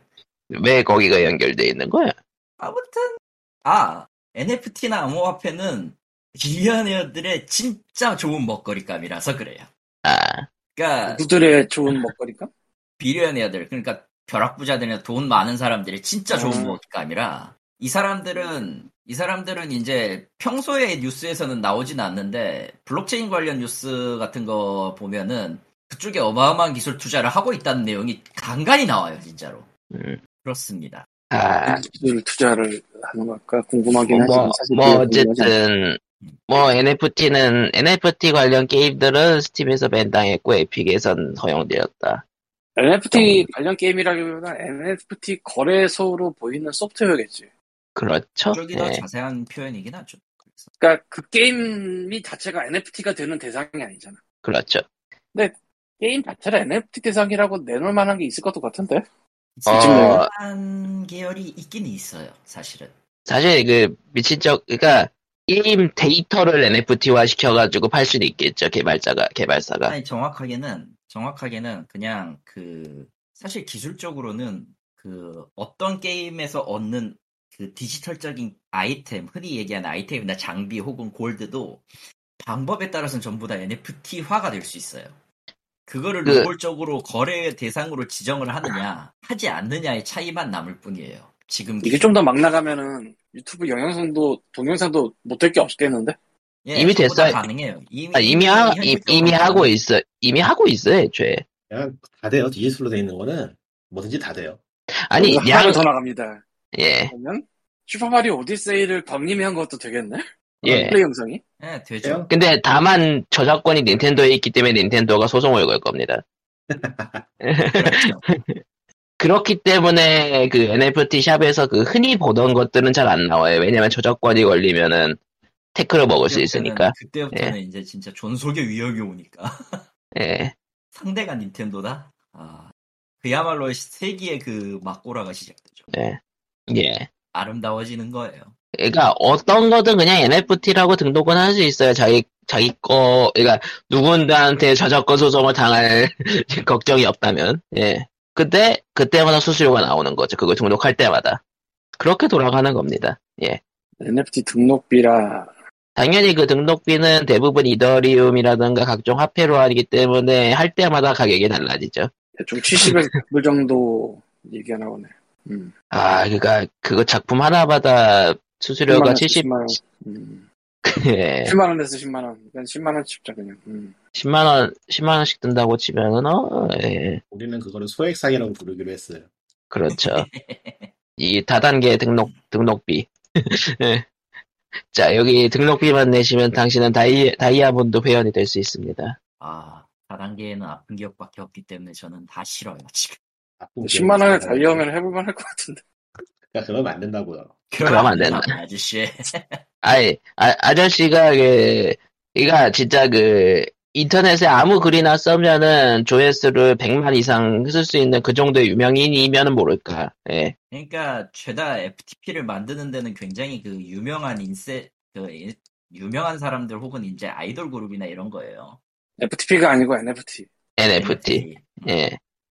왜 거기가 연결돼 있는 거야? 아무튼 아 NFT나 암호화폐는 빌리언웨어들의 진짜 좋은 먹거리감이라서 그래요. 아, 그러니까 누들의 좋은 먹거리까? 빌리언웨어들 그러니까 벼락부자들이나 돈 많은 사람들이 진짜 좋은 음. 먹거리감이라 이 사람들은 이 사람들은 이제 평소에 뉴스에서는 나오진 않는데 블록체인 관련 뉴스 같은 거 보면은 그쪽에 어마어마한 기술 투자를 하고 있다는 내용이 간간히 나와요 진짜로 음, 그렇습니다. 아, 누들 투자를 하는 걸까? 궁금하긴 하지만 뭐, 음, 사실 뭐 그게 궁금하지 않아. 어쨌든 뭐 NFT는 NFT 관련 게임들은 스팀에서 밴당했고 에픽에선 허용되었다. 아, 네. NFT 관련 게임이라기보다 NFT 거래소로 보이는 소프트웨어겠지. 그렇죠? 쪽이 더 네. 자세한 표현이긴 하죠. 그래서 그러니까 그 게임이 자체가 NFT가 되는 대상이 아니잖아. 그렇죠. 게임 자체를 NFT 대상이라고 내놓을 만한 게 있을 것도 같은데? 어, 한 계열이 있긴 있어요, 사실은. 사실 그 미친 적 그러니까 게임 데이터를 NFT화 시켜가지고 팔 수는 있겠죠 개발자가 개발사가 아니 정확하게는 정확하게는 그냥 그 사실 기술적으로는 그 어떤 게임에서 얻는 그 디지털적인 아이템, 흔히 얘기하는 아이템이나 장비 혹은 골드도 방법에 따라서는 전부 다 NFT화가 될 수 있어요. 그거를 그- 노골적으로 거래 대상으로 지정을 하느냐, 하지 않느냐의 차이만 남을 뿐이에요. 지금 이게 좀 더 막 나가면은 유튜브 영상도 동영상도 못 될 게 없겠는데? 예, 이미 전부 다 됐어요. 가능해요. 이미 아, 이미 하, 현실적으로 이, 이미 하고 있어 이미 하고 있어 애초에 그냥 다 돼요. 디지털로 돼 있는 거는 뭐든지 다 돼요. 아니 어, 하나 더 나갑니다. 양예예 그러면 슈퍼마리오 오디세이를 박님이 한 것도 되겠네? 플레이 영상이? 예, 되죠. 예. 근데 다만 저작권이 닌텐도에 있기 때문에 닌텐도가 소송을 걸 겁니다 그렇죠. 그렇기 때문에 그 NFT 샵에서 그 흔히 보던 것들은 잘 안 나와요 왜냐면 저작권이 걸리면은 태클을 먹을 수 있으니까 그때부터는 그때부터는 이제 진짜 존속의 위협이 오니까 [LAUGHS] 예 상대가 닌텐도다. 아, 그야말로 세기의 그 막고라가 시작되죠. 예. 아름다워지는 거예요. 그러니까 어떤 거든 그냥 NFT라고 등록은 할 수 있어요. 자기 자기 거, 그러니까 누군가한테 저작권 소송을 당할 [LAUGHS] 걱정이 없다면, 예. 근데 그때마다 수수료가 나오는 거죠. 그걸 등록할 때마다 그렇게 돌아가는 겁니다. 예. NFT 등록비라 당연히 그 등록비는 대부분 이더리움이라든가 각종 화폐로 하기 때문에 할 때마다 가격이 달라지죠. [LAUGHS] 대충 70에서 100불 정도 얘기가 나오네. 음. 아, 그러니까 그거 작품 하나마다 수수료가 70, 10만 원. 음. [LAUGHS] 예. 10만 원에서 10만 원. 그냥 10만 원 칩자 그냥. 음. 10만 원, 10만 원씩 든다고 치면은 어, 예. 우리는 그거를 소액상이라고 부르기로 했어요. 그렇죠. 이 다단계 등록 등록비. [LAUGHS] 예. 자 여기 등록비만 내시면 당신은 다이 다이아몬드 회원이 될 수 있습니다. 아, 4단계에는 아픈 기억밖에 없기 때문에 저는 다 싫어요, 지금. 아픈 10만 그 원에 기억이 달려오면 해볼만 할 것 같은데. 그러니까 그러면 안 된다고요. 그럼 안 된다. 아저씨. 아이, 아, 아저씨가 그, 이가 진짜 그, 인터넷에 아무 글이나 쓰면은 조회수를 100만 이상 쓸 수 있는 그 정도의 유명인이면은 모를까. 예. 그러니까 죄다 FTP를 만드는 데는 굉장히 그 유명한 인세 그 인- 유명한 사람들 혹은 이제 아이돌 그룹이나 이런 거예요. FTP가 아니고 NFT. NFT. 예.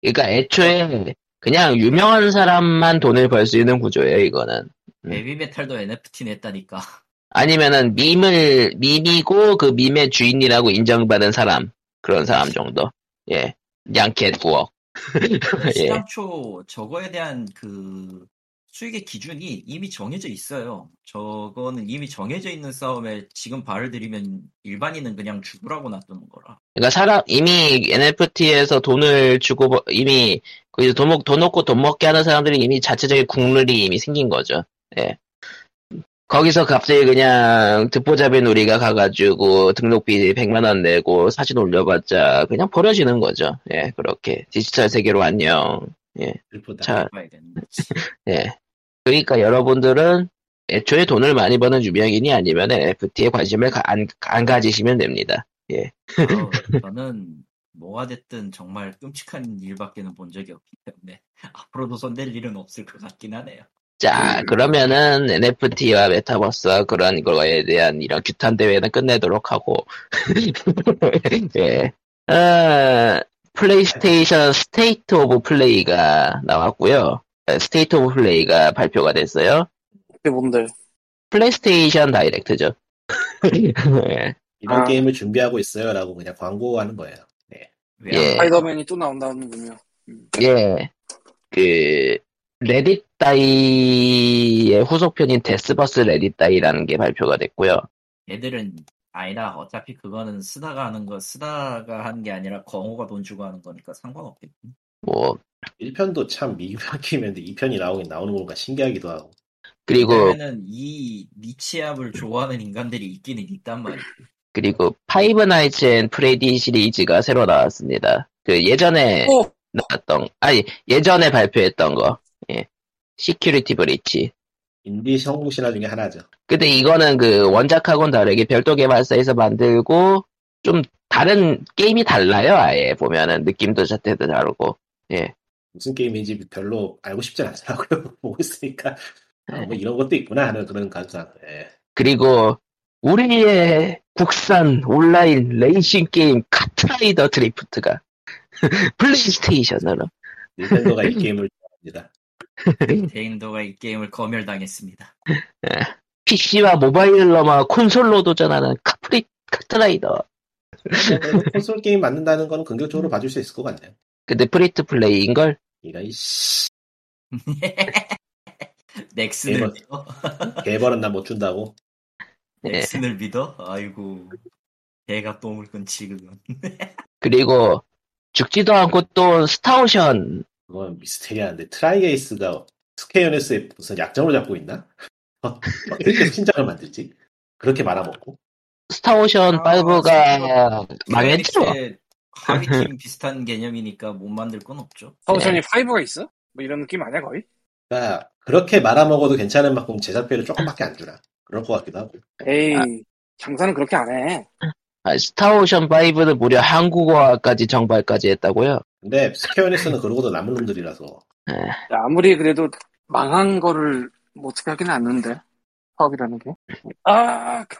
그러니까 애초에 그냥 유명한 사람만 돈을 벌 수 있는 구조예요, 이거는. 음. 베비 메탈도 NFT 냈다니까. 아니면은 밈을, 밈이고 그 밈의 주인이라고 인정받은 사람. 그런 사람 정도. 예. 양캣 9억. [LAUGHS] 예. 시당초 그 저거에 대한 그 수익의 기준이 이미 정해져 있어요. 저거는 이미 정해져 있는 싸움에 지금 발을 들이면 일반인은 그냥 죽으라고 놔두는 거라. 그러니까 사람, 이미 NFT에서 돈을 주고, 버- 이미, 그 돈, 먹- 돈 먹고 돈 먹게 하는 사람들이 이미 자체적인 국룰이 이미 생긴 거죠. 예. 거기서 갑자기 그냥 듣보잡인 우리가 가가지고 등록비 100만원 내고 사진 올려봤자 그냥 버려지는 거죠. 예, 그렇게. 디지털 세계로 안녕. 슬프다. 자, 봐야 되는데. 예. 그러니까 여러분들은 애초에 돈을 많이 버는 유명인이 아니면 NFT에 관심을 가- 안, 안 가지시면 됩니다. 아우, 저는 뭐가 됐든 정말 끔찍한 일밖에는 본 적이 없기 때문에 [LAUGHS] 앞으로도 손댈 일은 없을 것 같긴 하네요. 자, 그러면은 NFT와 메타버스와 그런 거에 대한 이런 규탄 대회는 끝내도록 하고, [LAUGHS] 예. 어, 플레이스테이션 스테이트 오브 플레이가 나왔고요. 에, 스테이트 오브 플레이가 발표가 됐어요. 그게 뭔데? 플레이스테이션 다이렉트죠. [LAUGHS] 예. 이런 아. 게임을 준비하고 있어요라고 그냥 광고하는 거예요. 네. 왜 예. 스파이더맨이 또 나온다는군요. 예. 그, 레딧 다이의 후속편인 데스버스 레딧 다이라는 게 발표가 됐고요. 얘들은 아니다. 어차피 그거는 쓰다가 하는 거 쓰다가 하는 게 아니라 광호가 돈 주고 하는 거니까 상관없겠지. 뭐, 1편도 참 미묘한 [LAUGHS] 게임인데 2편이 나오긴 나오는 건가 신기하기도 하고. 그리고 왜냐면은 이 니치압을 좋아하는 인간들이 있기는 있단 말이야. 그리고 파이브 나이츠 앤 프레디 시리즈가 새로 나왔습니다. 그 예전에 오! 나왔던 아니 예전에 발표했던 거 예. 시큐리티 브리치. 인디 성공 신화 중에 하나죠. 근데 이거는 그 원작하고는 다르게 별도 개발사에서 만들고 좀 다른 게임이 달라요. 아예 보면은 느낌도 자체도 다르고. 무슨 게임인지 별로 알고 싶진 않더라고요. [LAUGHS] 보고 있으니까 아, 뭐 이런 것도 있구나 하는 그런 감상. 예. 그리고 우리의 국산 온라인 레이싱 게임 카트라이더 드리프트가 [LAUGHS] 플레이스테이션으로 닌텐도가 이 게임을 좋아합니다. 대인도가 이 게임을 검열당했습니다. PC와 모바일로만 콘솔로 도전하는 카프리 카트라이더. 그래도 콘솔 게임 만든다는 건 긍정적으로 봐줄 수 있을 것 같네요. 근데 그 프리트 플레이인 걸 이런 씨 넥슨을 대박. 믿어? 개벌은 나 못 준다고. 예. 넥슨을 믿어? 아이고. 개가 똥을 끊지 그건. 그리고 죽지도 않고 또 스타오션 그건 미스테리한데 트라이에이스가 스퀘어네스의 무슨 약점을 잡고 있나? 어떻게 신작을 만들지? 그렇게 말아먹고 스타오션 아, 네. 5가 망했죠. 넥슨의 하위팀 비슷한 개념이니까 못 만들 건 없죠. 서우션이 5가 있어? 뭐 이런 느낌 아니야 거의? 그러니까 그렇게 말아먹어도 괜찮은 만큼 제작비를 조금밖에 안 주나 그럴 것 같기도 하고 에이 아. 장사는 그렇게 안 해. 아, 스타오션 5는 무려 한국어까지 정발까지 했다고요. 근데 스퀘어네스는 그러고도 남은 놈들이라서 야, 아무리 그래도 망한 거를 뭐 어떻게 하긴 않는데 사업이라는 게. 아, 그-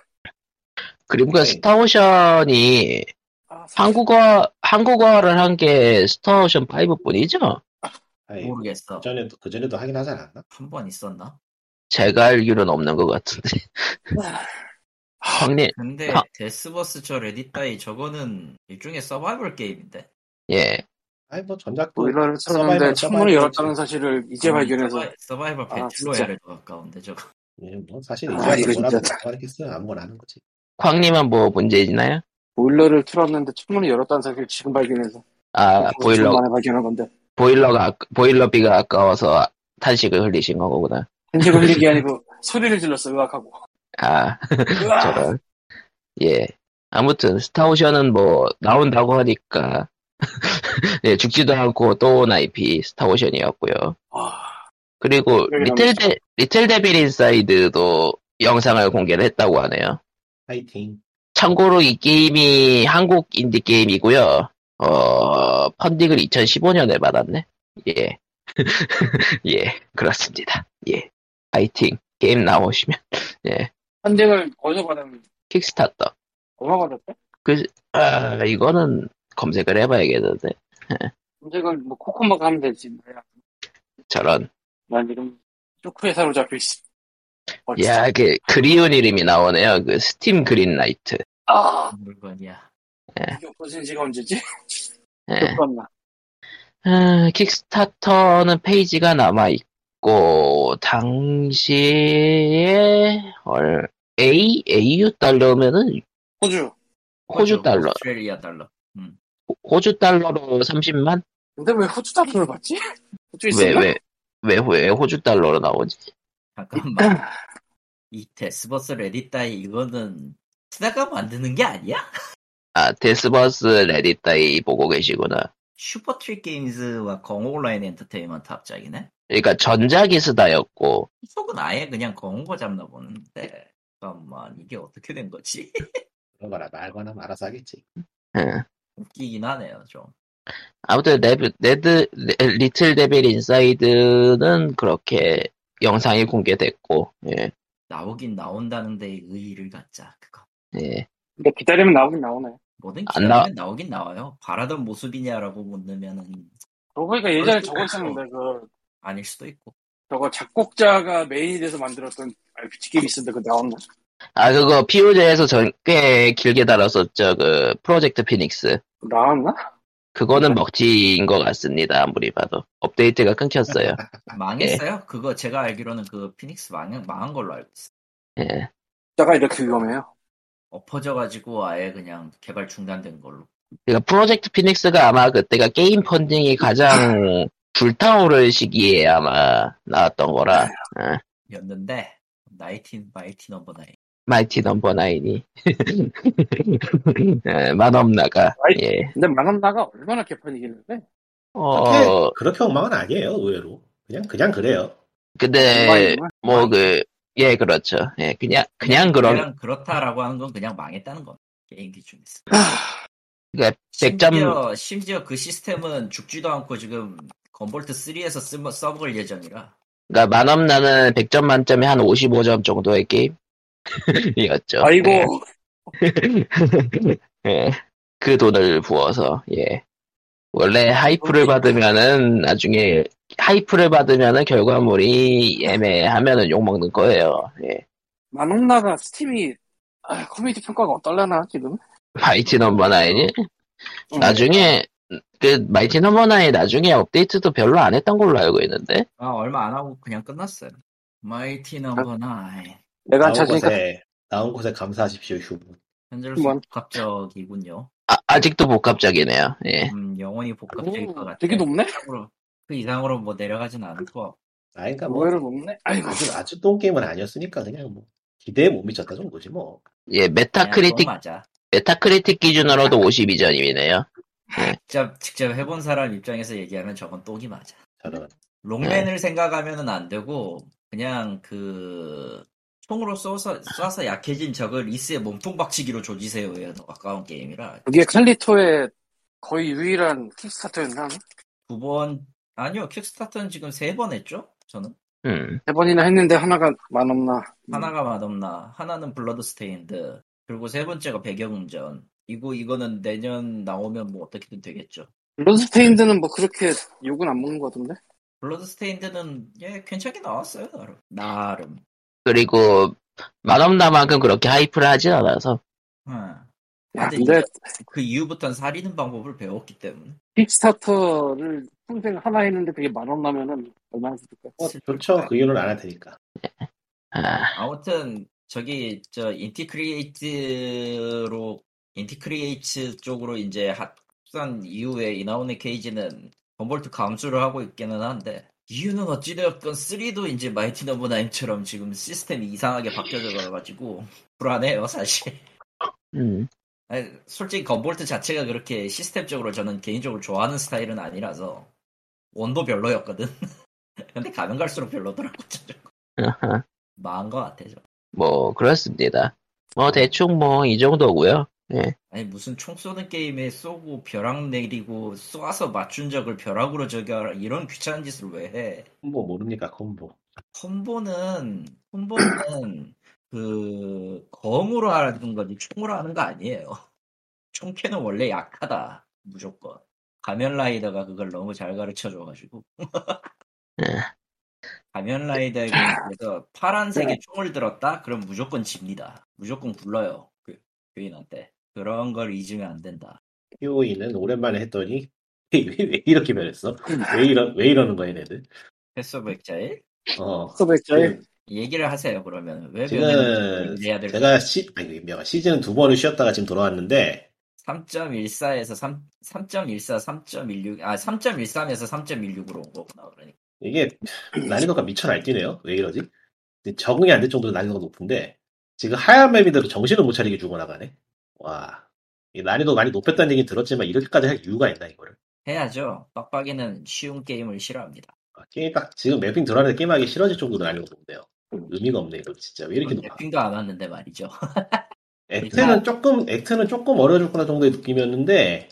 그리고 네. 스타오션이 아 사- 한국어 한국어를 한 게 스타오션 5뿐이죠. 아이, 모르겠어. 전에도 그전에도 하긴 하지 않았나? 한 번 있었나? 제가 알기로는 없는 것 같은데. 형님, 근데 아. 데스버스 저 레딧 다이 저거는 일종의 서바이벌 게임인데. 예, 아니 뭐 전작도 보일러를 서바이벌, 틀었는데 창문을 서바이벌 열었다는 사실을 음. 이제 발견해서 서바이- 서바이벌 아, 배틀로얄에 진짜. 더 가까운데 저거. 예, 뭐 사실 아, 이제 이거 뭐라도 진짜. 뭐 하겠어요 아무거나 하는 거지 광님은 뭐 문제 있나요? 보일러를 틀었는데 창문을 열었다는 사실을 지금 발견해서 아 보일러 만에 발견한 건데 보일러가 아까- 보일러비가 아까워서 탄식을 흘리신 거구나. 단식 흘리기 아니고 소리를 질렀어 의악하고 아 으악! 저런 아, 예 아무튼 스타오션은 뭐 나온다고 하니까 [LAUGHS] 예, 죽지도 않고 또 온 IP 스타오션이었고요. 아, 그리고 여기 리틀 남았죠. 데 리틀 데빌 인사이드도 영상을 공개를 했다고 하네요. 파이팅. 참고로 이 게임이 한국 인디 게임이고요. 어 펀딩을 2015년에 받았네. 예, [LAUGHS] 예, 그렇습니다. 예, 파이팅 게임 나오시면 예 판정을 어디서 받았는지 킥스타터. 얼마 받았대? 아 이거는 검색을 해봐야겠는데 검색을 뭐 코코마가 하면 되지. 뭐야. 저런. 난 지금 쇼크 회사로 잡혀 있어. 멋지다. 야, 그 그리운 이름이 나오네요. 그 스팀 그린라이트. 아, 물건이야. 이게 없어진 지가 언제지? 예. [LAUGHS] 잠깐만. 아, 킥스타터는 페이지가 남아 있고 당시에 얼 A AU 달러면은 호주. 호주 달러, 오스트레일리아 달러. 호주 달러로 30만? 근데 왜 호주 달러를 받지? [LAUGHS] 호주 왜 있었나? 왜 왜왜 왜 호주 달러로 나오지? [LAUGHS] 잠깐만. 이 데스버스 레디따이 이거는 스나가 만드는 게 아니야? 아, 데스버스 레디따이 보고 계시구나. 슈퍼트리 게임즈와 공온라인 엔터테인먼트 합작이네. 그러니까 전작이 스다였고 속은 아예 그냥 공고 잡나 보는데. 잠깐만 이게 어떻게 된 거지? [LAUGHS] 그런 거라 말거나 알아서 하겠지. 예. 웃기긴 하네요 좀. 아무튼 레드, 레드 레- 리틀 데빌 인사이드는 그렇게 영상이 공개됐고 예, 나오긴 나온다는데 의의를 갖자 그거. 예. [LAUGHS] 근데 기다리면 나오긴 나오네. 뭐든 안 기다리면 나... 오긴 나와요. 바라던 모습이냐라고 묻으면은 그러고 보니까 예전에 그럴 수도 저거 있었는데, 그, 아닐 수도 있고. 저거 작곡자가 메인이 돼서 만들었던 RPG 게임 있었는데, 그거 나왔나? 아 그거 피오제에서 전꽤 길게 다뤘었죠 그 프로젝트 피닉스 나왔나? 그거는 먹지인 것 같습니다 아무리 봐도 업데이트가 끊겼어요 망했어요? 그거 제가 알기로는 그 피닉스 망, 망한 걸로 알고 있어요. 예. 작가 이렇게 위험해요. 엎어져가지고 아예 그냥 개발 중단된 걸로. 그러니까 프로젝트 피닉스가 아마 그때가 게임 펀딩이 가장 불타오를 시기에 아마 나왔던 거라 였는데 나이틴 마이티 넘버 나인 마이티 넘버 나인이 [LAUGHS] 예, 만업나가 예. 근데 만원나가 얼마나 개판이길래? 어, 그렇게 엉망은 아니에요, 의외로. 그냥, 그냥 그래요. 근데 뭐 그 예 그렇죠 예 그냥 그냥 그런 그냥 그렇다라고 하는 건 그냥 망했다는 건 게임 기준에서 그러니까 백점 심지어, 심지어 그 시스템은 죽지도 않고 지금 건볼트 3에서 쓰, 써먹을 예정이라 그러니까 만업나는 100점 만점에 한 55점 정도의 [LAUGHS] 게임이었죠. 아이고, 네. 예, 예. 그 돈을 부어서 예. 원래 하이프를 받으면은 나중에 하이프를 받으면은 결과물이 애매하면은 욕 먹는 거예요. 예. 만원나가 스팀이, 아, 커뮤니티 평가가 어떨려나, 지금? 마이티 넘버 나인이 어, 나중에 그 마이티 넘버 나인 나중에 업데이트도 별로 안 했던 걸로 알고 있는데 아, 얼마 안 하고 그냥 끝났어요. 마이티 아, 넘버 나인. 내가 나온 찾으니까 곳에, 나온 곳에 감사하십시오, 휴무. 현재로 그 뭐- 뭔? 복합적이군요. 아, 아직도 복합적이네요. 예. 음, 영원히 복합적일 오, 것 같아. 되게 높네? 이상으로, 그 이상으로 뭐 내려가진 않을 거. 아, 그러니까 뭐, 의외로 높네? 아이고, 아주, 아주 똥게임은 아니었으니까 그냥 뭐, 기대에 못 미쳤다 정도지 뭐. 예, 메타크리틱 네, 맞아. 메타크리틱 기준으로도 52점이네요. 직접 직접 해본 사람 입장에서 얘기하면 저건 똑이 맞아. 저는. 롱맨을 네. 생각하면은 안 되고 그냥 그 총으로 쏘서 쏴서 약해진 적을 리스의 몸통 박치기로 조지세요에 더 가까운 게임이라 그게 칼리토의 거의 유일한 킥스타터였나? 두 번 아니요 킥스타터는 지금 세 번 했죠? 저는 음. 세 번이나 했는데 하나가 만원나. 하나가 맛없나 하나는 블러드 스테인드 그리고 세 번째가 배경음전 이거 이거는 내년 나오면 뭐 어떻게든 되겠죠 론스테인드는 뭐 그렇게 욕은 안 먹는 것 같은데? 블러드 스테인드는 예 괜찮게 나왔어요 나름 나름 그리고 만업나만큼 그렇게 하이프를 하진 않아서 응. 야, 근데 근데 예. 그 이후부터는 살리는 방법을 배웠기 때문에 킥스타터를 평생 하나 했는데 그게 만원 나면은 얼마나 쓸까? 뭐, 좋죠. 그 이유는 안 할 테니까. 아, 아무튼 저기 저 인티크리에이트로 인티크리에이트 쪽으로 이제 합산 이후에 이나온의 케이지는 건볼트 감수를 하고 있기는 한데 이유는 어찌되었건 3도 이제 마이티 너브 나인처럼 지금 시스템이 이상하게 바뀌어져 가지고 불안해요 사실 음. [LAUGHS] 아니, 솔직히 건볼트 자체가 그렇게 시스템적으로 저는 개인적으로 좋아하는 스타일은 아니라서 원도 별로였거든. [LAUGHS] 근데 가면 갈수록 별로더라고. 저거. [LAUGHS] 망한 것 같아 저. 뭐 그렇습니다. 뭐 대충 뭐 이 정도고요. 예. 아니 무슨 총 쏘는 게임에 쏘고 벼락 내리고 쏴서 맞춘 적을 벼락으로 저기하라 이런 귀찮은 짓을 왜 해? 콤보 모릅니까 콤보 콤보는 콤보는 [CLEARS THROAT] 그 검으로 하는 거지 총으로 하는 거 아니에요. [LAUGHS] 총캐는 원래 약하다 무조건. 가면라이더가 그걸 너무 잘 가르쳐 줘가지고. 예. 가면라이더에게 그래서 파란색에 총을 들었다? 그럼 무조건 집니다. 무조건 굴러요. 그, 교인한테. 그런 걸 잊으면 안 된다. POE는 오랜만에 했더니 [LAUGHS] 왜, 왜 이렇게 변했어? 음. 왜 이러 왜 이러는 거야 얘네들? 패스오브 액자일? 어 소백자의 얘기를 하세요, 그러면. 왜 지금 내야 될까? 제가 시 아니 몇 시즌 두 번을 쉬었다가 지금 돌아왔는데 3.14에서 3, 3.14, 3.16, 아, 3.13에서 3.16으로 온 거구나, 그러니까. 이게 [CLEARS THROAT] 난이도가 미쳐 날뛰네요. 왜 이러지? 근데 적응이 안 될 정도로 난이도가 높은데 지금 하얀 맵이대로 정신을 못 차리게 죽어나가네. 와. 이 난이도 많이 높였다는 얘기 들었지만 이렇게까지 할 이유가 있나 이거를? 해야죠. 빡빡이는 쉬운 게임을 싫어합니다. 아, 게임 딱 지금 맵핑 들어가는 게임하기 싫어질 정도로 난이도가 높네요. 의미가 없네 이거 진짜 왜 이렇게 높아? 핑도 어, 안 왔는데 말이죠. [LAUGHS] 액트는 조금 액트는 조금 어려워질 거나 정도의 느낌이었는데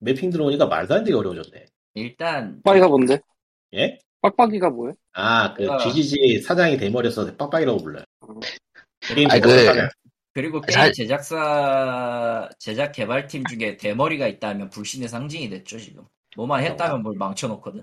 맵핑 들어오니까 말도 안 되게 어려워졌네. 일단, 빡빡이가 뭔데? 예? 빡빡이가 뭐예요? 아, 그 아. GGG 사장이 대머리에서 빡빡이라고 불러요. 게임 아니, 제작 그- 사장. 그리고 게임 잘- 제작사, 제작 개발팀 중에 대머리가 있다면 불신의 상징이 됐죠, 지금. 뭐만 했다면 뭘 망쳐놓거든.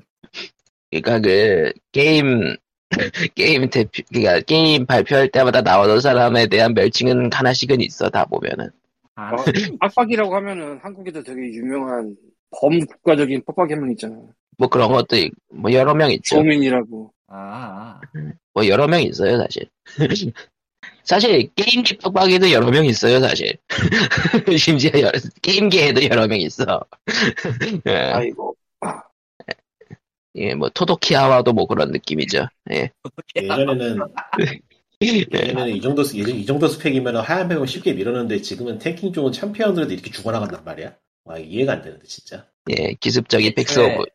그러니까 그 게임 [LAUGHS] 게임 대표 그러니까 게임 발표할 때마다 나오는 사람에 대한 멸칭은 하나씩은 있어 다 보면은. 아, 어, 빡빡이라고 하면은 한국에도 되게 유명한 범국가적인 빡빡이 한 명 있잖아. 뭐 그런 것도 있- 뭐 여러 명 있죠. 음. 조민이라고. 아, 뭐 여러 명 있어요 사실. [LAUGHS] 사실 게임기 빡빡이도 여러 명 있어요 사실. [LAUGHS] 심지어 여러- 게임기에도 여러 명 있어. [LAUGHS] 예, 아이고. 예, 뭐 토도키아와도 뭐 그런 느낌이죠. 예. 어떻게 예전에는 예전에는 이 정도 스- 예전 이 정도 스펙이면 하얀 백은 쉽게 밀었는데 지금은 탱킹 쪽은 챔피언들도 이렇게 죽어나간단 말이야. 와 이해가 안 되는데 진짜. 예, 기습적인 애초에- 팩스 오브.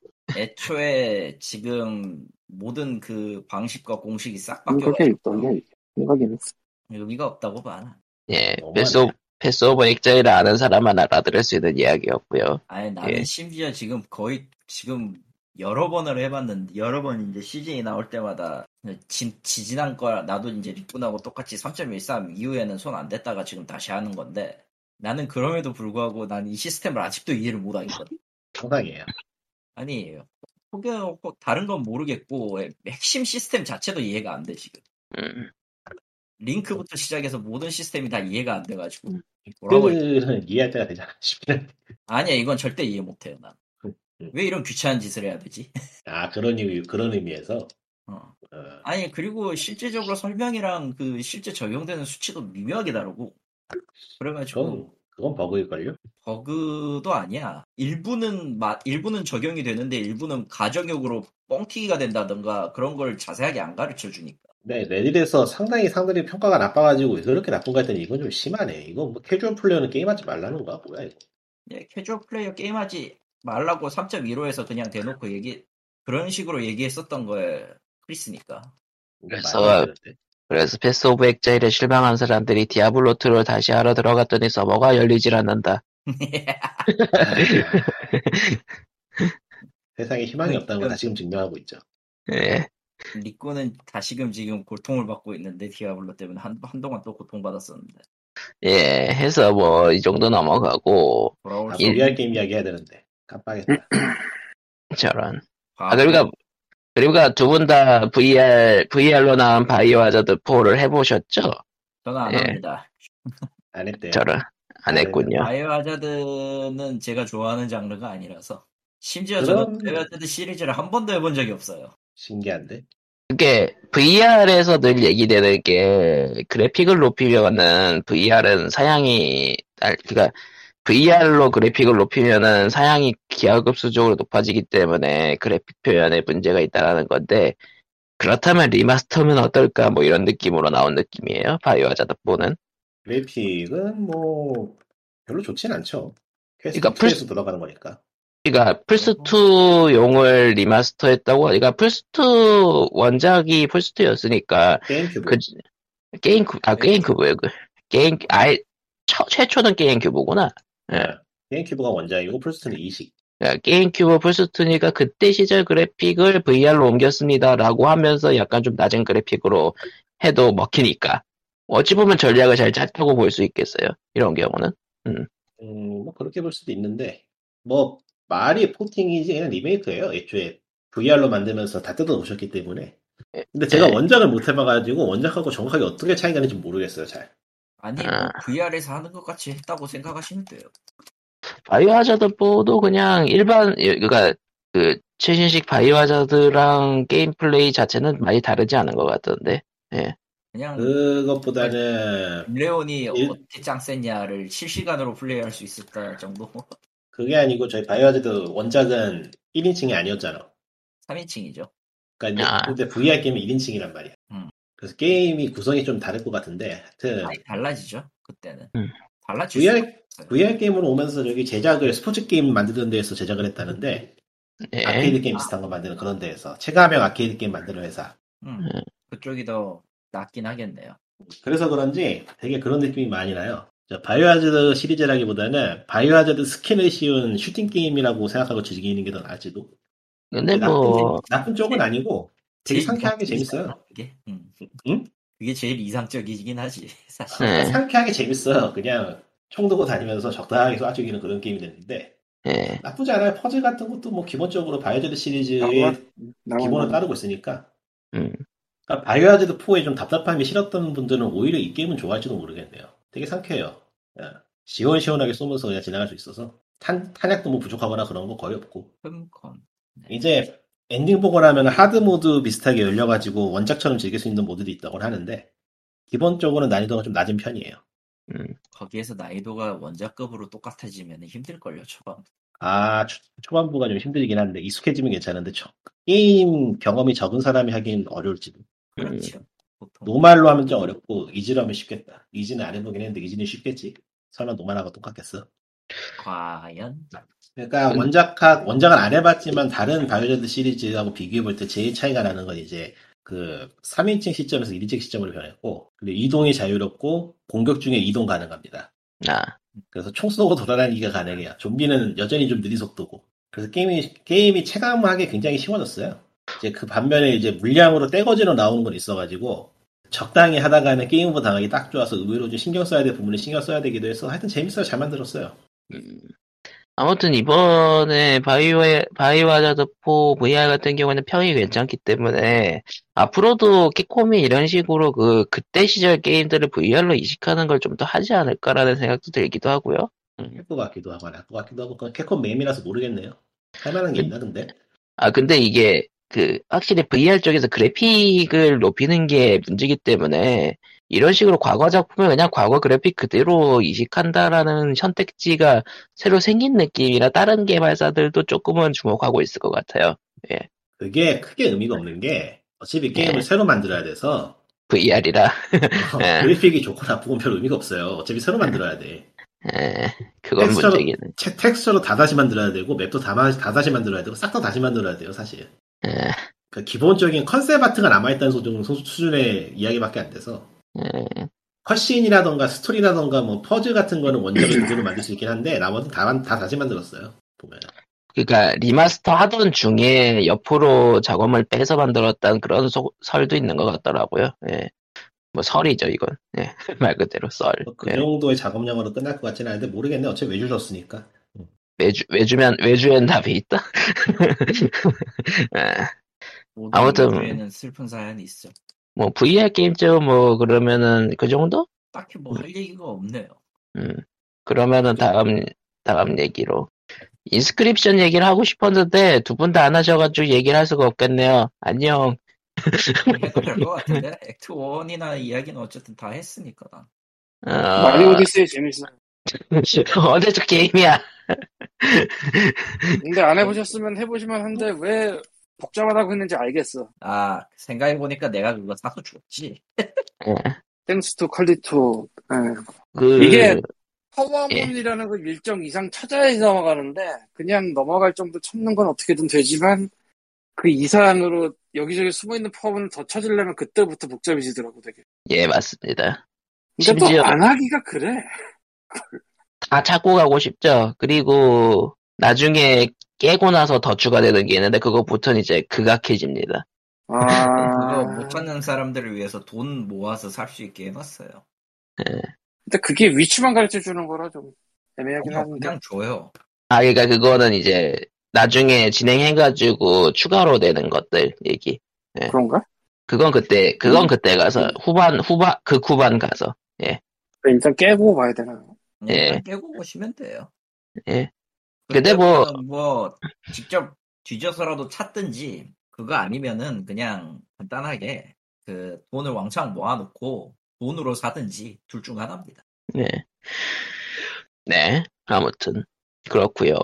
애초에 지금 모든 그 방식과 공식이 싹 그렇게 바뀌어가지고 있던데 생각이 났어. 의미가 없다고 봐. 예, 너무하네. 패스 오브, 패스 오브 액자이를 아는 사람만 알아들을 수 있는 이야기였고요. 아니 나는 예. 심지어 지금 거의 지금 여러 번을 해봤는데 여러 번 이제 시즌이 나올 때마다 지, 지지난 거야 나도 이제 리꾼하고 똑같이 3.13 이후에는 손 안 댔다가 지금 다시 하는 건데 나는 그럼에도 불구하고 난 이 시스템을 아직도 이해를 못하겠거든 상상이에요. 아니 혹여 혹- 다른 건 모르겠고 핵심 시스템 자체도 이해가 안 돼 지금 음, 링크부터 시작해서 모든 시스템이 다 이해가 안 돼가지고 뭐라고 해야- 그들은 이해할 때가 되잖아 싶긴 한데. 아니야 이건 절대 이해 못해요 난왜 이런 귀찮은 짓을 해야 되지 [LAUGHS] 아 그런 이유 그런 의미에서 어. 어, 아니 그리고 실제적으로 설명이랑 그 실제 적용되는 수치도 미묘하게 다르고 어. 그래가지고 그건 그건 버그일 걸요. 버그도 아니야 일부는 마, 일부는 적용이 되는데 일부는 가정용으로 뻥튀기가 된다던가 그런 걸 자세하게 안 가르쳐 주니까 네, 레딧에서 상당히 상당히 평가가 나빠가지고 왜 저렇게 나쁜가 했더니 이건 좀 심하네. 이건 뭐 캐주얼 플레이어는 게임하지 말라는 거야? 뭐야 이거? 예, 캐주얼 플레이어 게임하지 말라고 3.15에서 그냥 대놓고 얘기 그런 식으로 얘기했었던 거에 크리스니까 뭐 그래서- 말이 안 [LAUGHS] 되는데. 그래서 패스 오브 액자일에 실망한 사람들이 디아블로 2를 다시 하러 들어갔더니 서버가 열리질 않는다. 세상에 희망이 아니, 없다는 걸 다 지금 증명하고 있죠. 예, 리코는 다시금 지금 고통을 받고 있는데 디아블로 때문에 한, 한동안 또 고통받았었는데 예, 해서 뭐 이 정도 넘어가고 돌아올 아, 수 예. 음, VR 게임 이야기 해야 되는데 깜빡했다. 저런. 아 과거- 그러니까 그러니까 두 분 다 VR VR로 나온 바이오하자드 4를 해보셨죠? 저는 안 예. 합니다. 안 했대요. 저런 안 했군요. 바이오 하자드는 제가 좋아하는 장르가 아니라서 심지어 그럼- 저는 바이오 하자드 시리즈를 한 번도 해본 적이 없어요. 신기한데. 그게 VR에서 늘 얘기되는 게 그래픽을 높이면은 VR은 사양이 아, 그러니까 VR로 그래픽을 높이면은 사양이 기하급수적으로 높아지기 때문에 그래픽 표현에 문제가 있다라는 건데 그렇다면 리마스터면 어떨까 뭐 이런 느낌으로 나온 느낌이에요 바이오하자드 보는 그래픽은 뭐 별로 좋진 않죠. 퀘스트 그러니까 플스- 2에서 들어가는 거니까. 그러니까 플스2 용을 리마스터했다고 그러니까 플스2 원작이 플스2였으니까 게임큐브. 그 게임 큐- 아 게임 큐브에 그 게임 아예 처- 최초는 게임 큐브구나. 게임큐브가 원작이고 플스2는 이식. 그러니까 게임 큐브 플스2니까 그때 시절 그래픽을 VR로 옮겼습니다라고 하면서 약간 좀 낮은 그래픽으로 해도 먹히니까 어찌 보면 전략을 잘 짰다고 볼 수 있겠어요. 이런 경우는 음, 뭐 그렇게 볼 수도 있는데 뭐 말이 포팅이지 그냥 리메이크예요. 애초에 VR로 만들면서 다 뜯어놓으셨기 때문에. 근데 제가 예. 원작을 못 해봐가지고 원작하고 정확하게 어떻게 차이가 있는지 모르겠어요. 잘. 아니 아. VR에서 하는 것 같이 했다고 생각하시면 돼요. 바이오 하자드보도 그냥 일반 그러니까 그 최신식 바이오 하자드랑 게임 플레이 자체는 많이 다르지 않은 것 같던데 음. 그냥 그것보다는 레온이 일- 어떻게 짱 쎘냐를 실시간으로 플레이할 수 있었다 정도. [LAUGHS] 그게 아니고 저희 바이오하자드 원작은 1인칭이 아니었잖아. 3인칭이죠. 그러니까 이제 아. 근데 VR 게임이 1인칭이란 말이야. 음. 그래서 게임이 구성이 좀 다를 것 같은데 하여튼 아, 많이 달라지죠. 그때는. 음. 달라질 수 VR VR 게임으로 오면서 저기 제작을 스포츠 게임 만드는 데에서 제작을 했다는데 예. 아케이드 게임 비슷한 거 만드는 그런 데에서 체감형 아케이드 게임 만드는 회사 음. 그쪽이 더 낫긴 하겠네요. 그래서 그런지 되게 그런 느낌이 많이 나요 저 바이오하자드 시리즈라기보다는 바이오하자드 스킨을 씌운 슈팅 게임이라고 생각하고 즐기는 게 더 나을지도 근데 나쁜, 뭐 나쁜 쪽은 아니고 되게 음. 제일 상쾌하게 이상적이잖아, 재밌어요 그게. 음. 응? 그게 제일 이상적이긴 하지 [LAUGHS] 사실. 예. 상쾌하게 재밌어요 그냥 총 들고 다니면서 적당하게 쏴 죽이는 그런 게임이 됐는데 예. 나쁘지 않아요 퍼즐 같은 것도 뭐 기본적으로 바이오하자드 시리즈의 나만- 나만- 기본을 따르고 있으니까 음. 그러니까 바이오하자드 4에 좀 답답함이 싫었던 분들은 오히려 이 게임은 좋아할지도 모르겠네요. 되게 상쾌해요. 예. 시원시원하게 쏘면서 그냥 지나갈 수 있어서 탄, 탄약도 뭐 부족하거나 그런 거 거의 없고 흠컨. 이제 엔딩 보고 나면 하드 모드 비슷하게 열려가지고 원작처럼 즐길 수 있는 모드도 있다고 하는데 기본적으로는 난이도가 좀 낮은 편이에요. 거기에서 난이도가 원작급으로 똑같아지면 힘들걸요 초반. 아 초, 반부가좀 힘들긴 한데 익숙해지면 괜찮은데 초- 게임 경험이 적은 사람이 하긴 어려울지도 그렇죠. 보통. 노말로 하면 좀 어렵고 이지로 하면 쉽겠다. 이지는 안 해보긴 했는데 이지는 쉽겠지. 설마 노말하고 똑같겠어? 과연 그러니까 원작학 원작은 안 해봤지만 다른 바이오레드 시리즈하고 비교해볼 때 제일 차이가 나는 건 이제 그 3인칭 시점에서 1인칭 시점으로 변했고 그리고 이동이 자유롭고 공격 중에 이동 가능합니다. 아, 그래서 총 쏘고 돌아다니기가 가능해요. 좀비는 여전히 좀 느린 속도고 그래서 게임이 게임이 체감하기 굉장히 쉬워졌어요. 이제 그 반면에 이제 물량으로 떼거지로 나오는 건 있어가지고 적당히 하다가는 게임오버 당하기 딱 좋아서 의외로 좀 신경 써야 될 부분에 신경 써야 되기도 해서 하여튼 재밌어요. 잘 만들었어요. 음. 아무튼 이번에 바이오의 바이오 하자드 4 VR 같은 경우에는 평이 괜찮기 때문에 앞으로도 키콤이 이런 식으로 그 그때 시절 게임들을 VR로 이식하는 걸 좀 더 하지 않을까라는 생각도 들기도 하고요. 할 것 같기도 하고 안할것 같기도 하고 그건 캡콤 매미라서 모르겠네요. 할 만한 게 있나 근데 아 근데 이게 그 확실히 VR 쪽에서 그래픽을 높이는 게 문제기 때문에 이런 식으로 과거 작품을 그냥 과거 그래픽 그대로 이식한다라는 선택지가 새로 생긴 느낌이라 다른 개발사들도 조금은 주목하고 있을 것 같아요. 그게 크게 의미가 없는 게 어차피 게임을 네. 새로 만들어야 돼서 VR이라 어, 네. [LAUGHS] 그래픽이 좋고 나쁘고 별 의미가 없어요. 어차피 새로 만들어야 돼. 예, 그건 텍스처로- 문제긴 해. 채- 텍스처로 다 다시 만들어야 되고 맵도 다, 마- 다 다시 만들어야 되고 싹 다 다시 만들어야 돼요 사실 예, 그 기본적인 컨셉 아트가 남아있다는 소중, 소- 수준의 이야기밖에 안 돼서 예. 컷신이라던가 스토리라던가 뭐 퍼즐 같은 거는 원작을 그대로 만들 수 있긴 한데 나머지는 다, 다 다시 만들었어요 보면 그러니까 리마스터 하던 중에 옆으로 작업을 빼서 만들었다는 그런 소- 설도 있는 것 같더라고요. 예. 뭐 설이죠 이건. 예, [LAUGHS] 말 그대로 썰. 뭐그 예. 정도의 작업량으로 끝날 것 같지는 않은데 모르겠네 어차피 외주셨으니까 외주, 외주면, 외주엔 답이 있다? [LAUGHS] 예, 모든 아무튼- 에는 슬픈 사연이 있어. 뭐, VR 게임 쪽은 뭐, 그러면은, 그 정도? 딱히 뭐 할 얘기가 없네요. 음. 그러면은 다음, 다음 얘기로. 인스크립션 얘기를 하고 싶었는데, 두 분 다 안 하셔가지고 얘기를 할 수가 없겠네요. 안녕. 해도 될 것 같은데 액트 1이나 이야기는 어쨌든 다 했으니까 난. 어, 뭐, 마리오 오디세이 재밌어. 언제적 게임이야. 근데 안 해보셨으면 해보시면 한데 왜 복잡하다고 했는지 알겠어. 아 생각해보니까 내가 그거 사서 줬지 땡스 투 퀄리투. 예. 그, 이게- 파워문이라는 걸 일정 이상 찾아야 넘어가는데 그냥 넘어갈 정도 찾는 건 어떻게든 되지만 그 이상으로 여기저기 숨어 있는 파워문을 더 찾으려면 그때부터 복잡해지더라고 되게. 예, 맞습니다. 근데 심지어- 또 안 하기가 그래. 다 찾고 가고 싶죠. 그리고 나중에 깨고 나서 더 추가되는 게 있는데 그거부터는 이제 극악해집니다. 아. 그거 못 찾는 사람들을 위해서 돈 모아서 살 수 있게 해놨어요. 근데 그게 위치만 가르쳐 주는 거라 좀 애매하긴 그냥, 한데. 그냥 줘요. 아, 그러니까 그거는 이제 나중에 진행해가지고 추가로 되는 것들 얘기. 네. 그런가? 그건 그때, 그건 그때 음. 가서 후반, 후반, 극 후반 가서. 일단 깨고 봐야 되나? 예. 그냥 깨고 오시면 돼요. 예. 근데 뭐- 그때는 뭐 직접 뒤져서라도 찾든지 그거 아니면은 그냥 간단하게 그 돈을 왕창 모아놓고 돈으로 사든지 둘 중 하나입니다. 네. 네, 아무튼, 그렇고요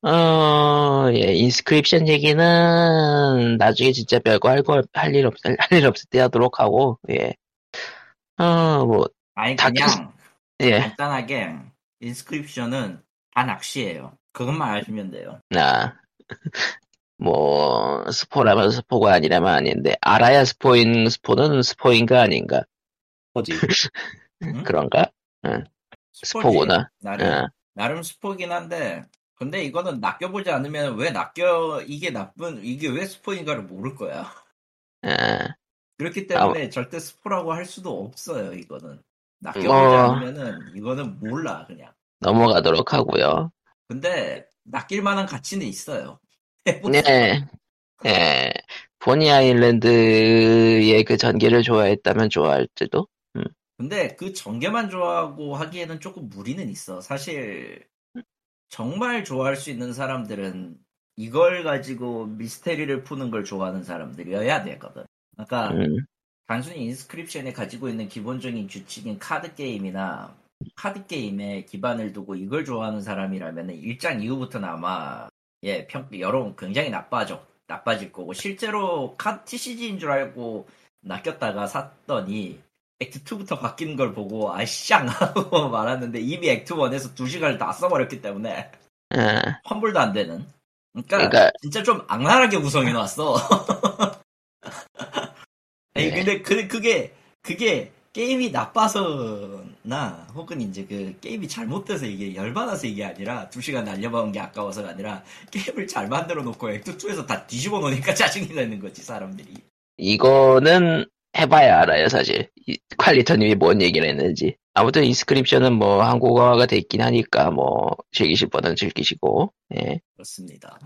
어, 예, 인스크립션 얘기는 나중에 진짜 별거 할 거, 할 일 없, 할일 없을 때 하도록 하고, 예. 어, 뭐, 아니 다 그냥 예, 간단하게 인스크립션은 다 낚시예요. 그것만 아시면 돼요. 나, [LAUGHS] 뭐, 스포라면 스포가 아니라면 아닌데, 알아야 스포인, 스포는 스포인가 아닌가, 거지. 응? 그런가? 스포지. 스포구나. 나름 어, 나름 스포긴 한데 근데 이거는 낚여보지 않으면 왜 낚여 이게 나쁜 이게 왜 스포인가를 모를 거야. 어. 그렇기 때문에 절대 스포라고 할 수도 없어요, 이거는. 낚여보지 어. 않으면은, 이거는 몰라, 그냥. 넘어가도록 하고요 근데, 낚일 만한 가치는 있어요. 네. 예. 보니 아일랜드의 그 전개를 좋아했다면 좋아할지도. 근데 그 전개만 좋아하고 하기에는 조금 무리는 있어. 사실, 정말 좋아할 수 있는 사람들은 이걸 가지고 미스테리를 푸는 걸 좋아하는 사람들이어야 되거든. 그러니까, 음, 단순히 인스크립션에 가지고 있는 기본적인 규칙인 카드 게임이나 카드 게임에 기반을 두고 이걸 좋아하는 사람이라면 일장 이후부터는 아마 예 평, 여론 굉장히 나빠져 나빠질 거고 실제로 카드 TCG인 줄 알고 낚였다가 샀더니 액트 2부터 바뀌는 걸 보고 아쌍 [LAUGHS] 하고 말았는데 이미 액트 1에서 2 시간을 다 써버렸기 때문에 예. 환불도 안 되는. 그러니까, 그러니까- 진짜 좀 악랄하게 구성해 놨어. [LAUGHS] 네. 아니 근데 그 그게 그게 게임이 나빠서나 혹은 이제 그 게임이 잘못돼서 이게 열받아서 이게 아니라 2 시간 날려먹은 게 아까워서가 아니라 게임을 잘 만들어 놓고 액트 2에서 다 뒤집어 놓으니까 [LAUGHS] 짜증이 나는 거지 사람들이. 이거는 해봐야 알아요, 사실. 이- 퀄리터님이 뭔 얘기를 했는지. 아무튼 인스크립션은 뭐 한국어가 돼 있긴 하니까 뭐 즐기실 분은 즐기시고. 예. 그렇습니다.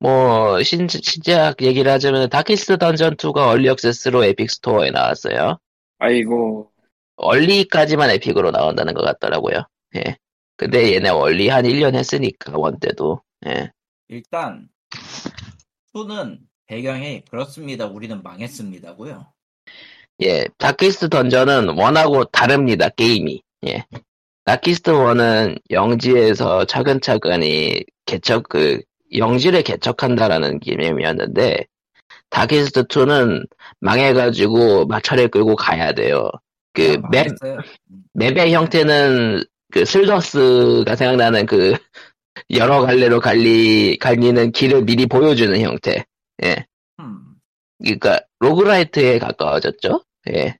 뭐 신, 진작 얘기를 하자면 다키스트 던전 2가 얼리 액세스로 에픽 스토어에 나왔어요. 아이고. 얼리까지만 에픽으로 나온다는 것 같더라고요. 예. 근데 얘네 얼리 한 1년 했으니까 원 때도. 예. 일단 2는 배경이 그렇습니다. 우리는 망했습니다고요. 예, 다키스트 던전은 원하고 다릅니다, 게임이. 예. 다키스트 원은 영지에서 차근차근히 개척, 그, 영지를 개척한다라는 개념이었는데, 다키스트 2는 망해가지고 마차를 끌고 가야 돼요. 그, 맵, 아, 망했어요. 맵의 형태는 그 슬더스가 생각나는 그, 여러 갈래로 갈리, 갈리는 길을 미리 보여주는 형태. 예. 음. 그러니까 로그라이트에 가까워졌죠. 예.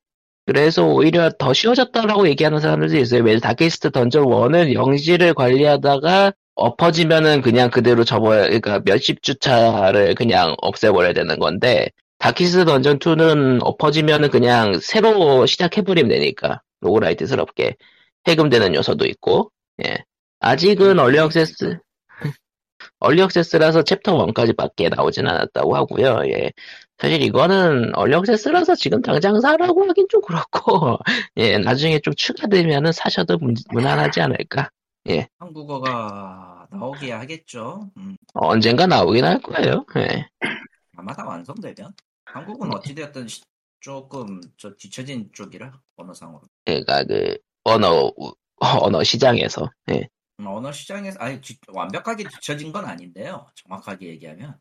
그래서 오히려 더 쉬워졌다라고 얘기하는 사람들도 있어요. 매일 다키스트 던전 1은 영지를 관리하다가 엎어지면은 그냥 그대로 접어야, 그러니까 몇십 주차를 그냥 없애버려야 되는 건데, 다키스트 던전 2는 엎어지면은 그냥 새로 시작해버리면 되니까, 로그라이트스럽게. 해금되는 요소도 있고, 예. 아직은 얼리 [LAUGHS] 액세스, 얼리 액세스라서 챕터 1까지 밖에 나오진 않았다고 하고요, 예. 사실 이거는 얼리 액세스라서 지금 당장 사라고 하긴 좀 그렇고 [LAUGHS] 예 나중에 좀 추가되면은 사셔도 문, 안하지 않을까 한국어가 나오게 하겠죠. 음, 어, 언젠가 나오긴 할 거예요 예 아마 다 완성되면. 한국은 어찌되었든 시- 조금 저 뒤처진 쪽이라 언어상으로. 그러니까 그 언어 우- 언어 시장에서 예 음, 언어 시장에서 아니 뒤- 완벽하게 뒤처진 건 아닌데요. 정확하게 얘기하면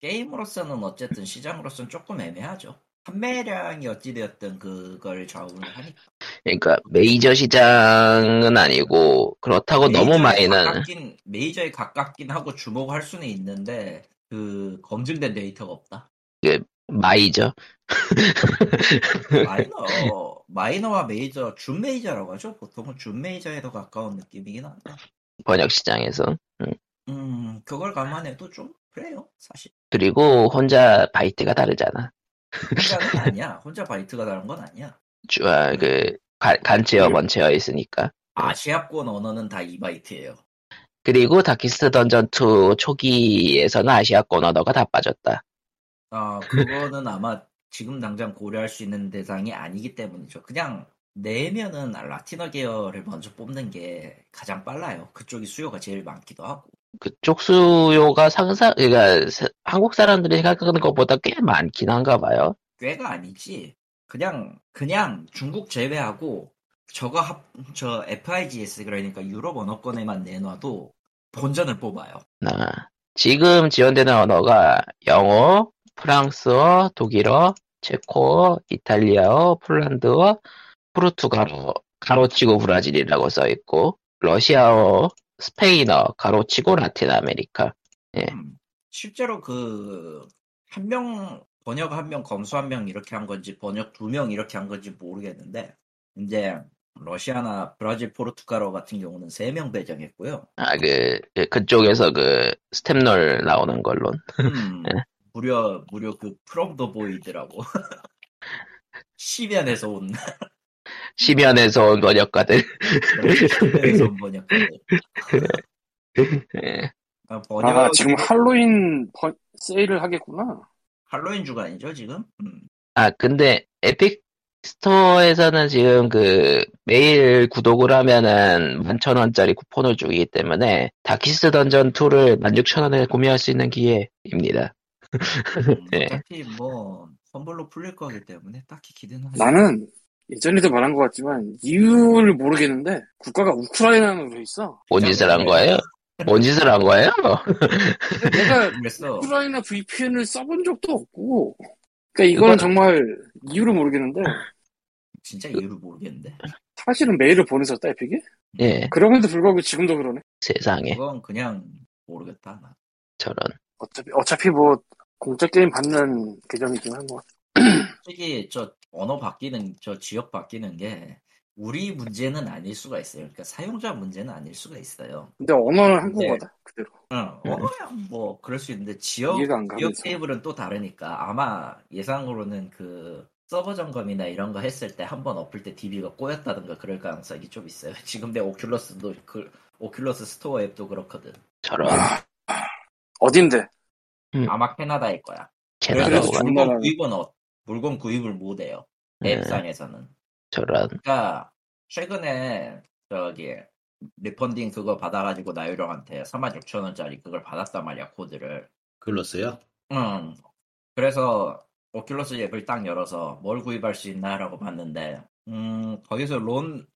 게임으로서는 어쨌든 시장으로서는 조금 애매하죠. 판매량이 어찌되었든 그걸 좌우를 하니까. 그러니까 메이저 시장은 아니고 그렇다고 뭐 너무 메이저에 많이는 가깝긴, 메이저에 가깝긴 하고 주목할 수는 있는데 그 검증된 데이터가 없다. 마이죠. 마이너 마이너와 메이저 준 메이저라고 하죠. 보통은 준 메이저에 더 가까운 느낌이긴 한데. 번역 시장에서. 음 그걸 감안해도 좀 그래요 사실. 그리고 혼자 바이트가 다르잖아. 혼자는 아니야. 혼자 바이트가 다른 건 아니야. 주, 아, 그 간- 음. 간체어 번체어 있으니까. 아시아권 언어는 다 이바이트예요. 그리고 다키스트 던전 2 초기에서는 아시아권 언어가 다 빠졌다. 아, 그거는 아마 지금 당장 고려할 수 있는 대상이 아니기 때문이죠. 그냥 내면은 라틴어 계열을 먼저 뽑는 게 가장 빨라요. 그쪽이 수요가 제일 많기도 하고. 그쪽 수요가 상상 그러니까 사- 한국 사람들이 생각하는 것보다 꽤 많긴 한가 봐요. 꽤가 아니지. 그냥, 그냥 중국 제외하고 저거 합, 저 FIGS 그러니까 유럽 언어권에만 내놔도 본전을 뽑아요. 아, 지금 지원되는 언어가 영어, 프랑스어, 독일어, 체코어, 이탈리아어, 폴란드어, 포르투갈어, 가로치고 브라질이라고 써 있고 러시아어, 스페인어, 가로치고 라틴 아메리카. 음, 실제로 그, 한 명, 번역 한 명, 검수 한 명 이렇게 한 건지, 번역 두 명 이렇게 한 건지 모르겠는데, 이제, 러시아나 브라질, 포르투갈어 같은 경우는 세 명 배정했고요. 아, 그, 그- 그쪽에서 그 스텝놀 나오는 걸로. 음, 무려, 무려 그, 프롬 더 보이드라고. [LAUGHS] 시면에서 온, 시면에서 온 번역가들. 시면에서 온 번역가들. 예. 아, 네. 아 번역, 지금 할로윈 번- 세일을 하겠구나. 할로윈 주간이죠, 지금? 음, 아, 근데 에픽 스토어에서는 지금 그 매일 구독을 하면은 11,000원짜리 쿠폰을 주기 때문에 다키스 던전 2를 16,000원에 구매할 수 있는 기회입니다. 음, 네. 어차피 뭐, 선불로 풀릴 거기 때문에 딱히 기대는 하지 나는 예전에도 말한 것 같지만 이유를 모르겠는데 국가가 우크라이나로 돼 있어. 뭔 짓을 한 거예요? 뭔 짓을 한 거예요? 근데 [LAUGHS] 내가 그래서 우크라이나 VPN을 써본 적도 없고, 그러니까 이거는 이건- 정말 이유를 모르겠는데 진짜 이유를 모르겠는데. 음. 사실은 메일을 보내줬다 에픽이. 예, 그럼에도 불구하고 지금도 그러네. 세상에. 그건 그냥 모르겠다. 나. 저런. 어차피 어차피 뭐 공짜 게임 받는 계정이긴 한 것 같아. 솔직히 저 언어 바뀌는 저 지역 바뀌는 게 우리 문제는 아닐 수가 있어요. 그러니까 사용자 문제는 아닐 수가 있어요. 근데 언어는 한국어다 그대로. 응, 언어야 뭐 그럴 수 있는데 지역 예. 이해가 안 지역 가면서. 테이블은 또 다르니까 아마 예상으로는 그 서버 점검이나 이런 거 했을 때 한 번 엎을 때 DB가 꼬였다든가 그럴 가능성이 좀 있어요. [LAUGHS] 지금 내 오큘러스도 그 오큘러스 스토어 앱도 그렇거든. 저런 아, 어딘데? 아마 캐나다일 거야. 캐나다가 그래도 그래서 좋은 물건 나라는- 구입은 어, 물건 구입을 못 해요. 예, 앱상에서는. 저런 그러니까 최근에 저기 리펀딩 그거 받아가지고 나유령한테 46,000원짜리 그걸 받았단 말이야 코드를. 글로 써요? 음. 그래서 오큘러스 앱을 딱 열어서 뭘 구입할 수 있나라고 봤는데, 음 거기서 론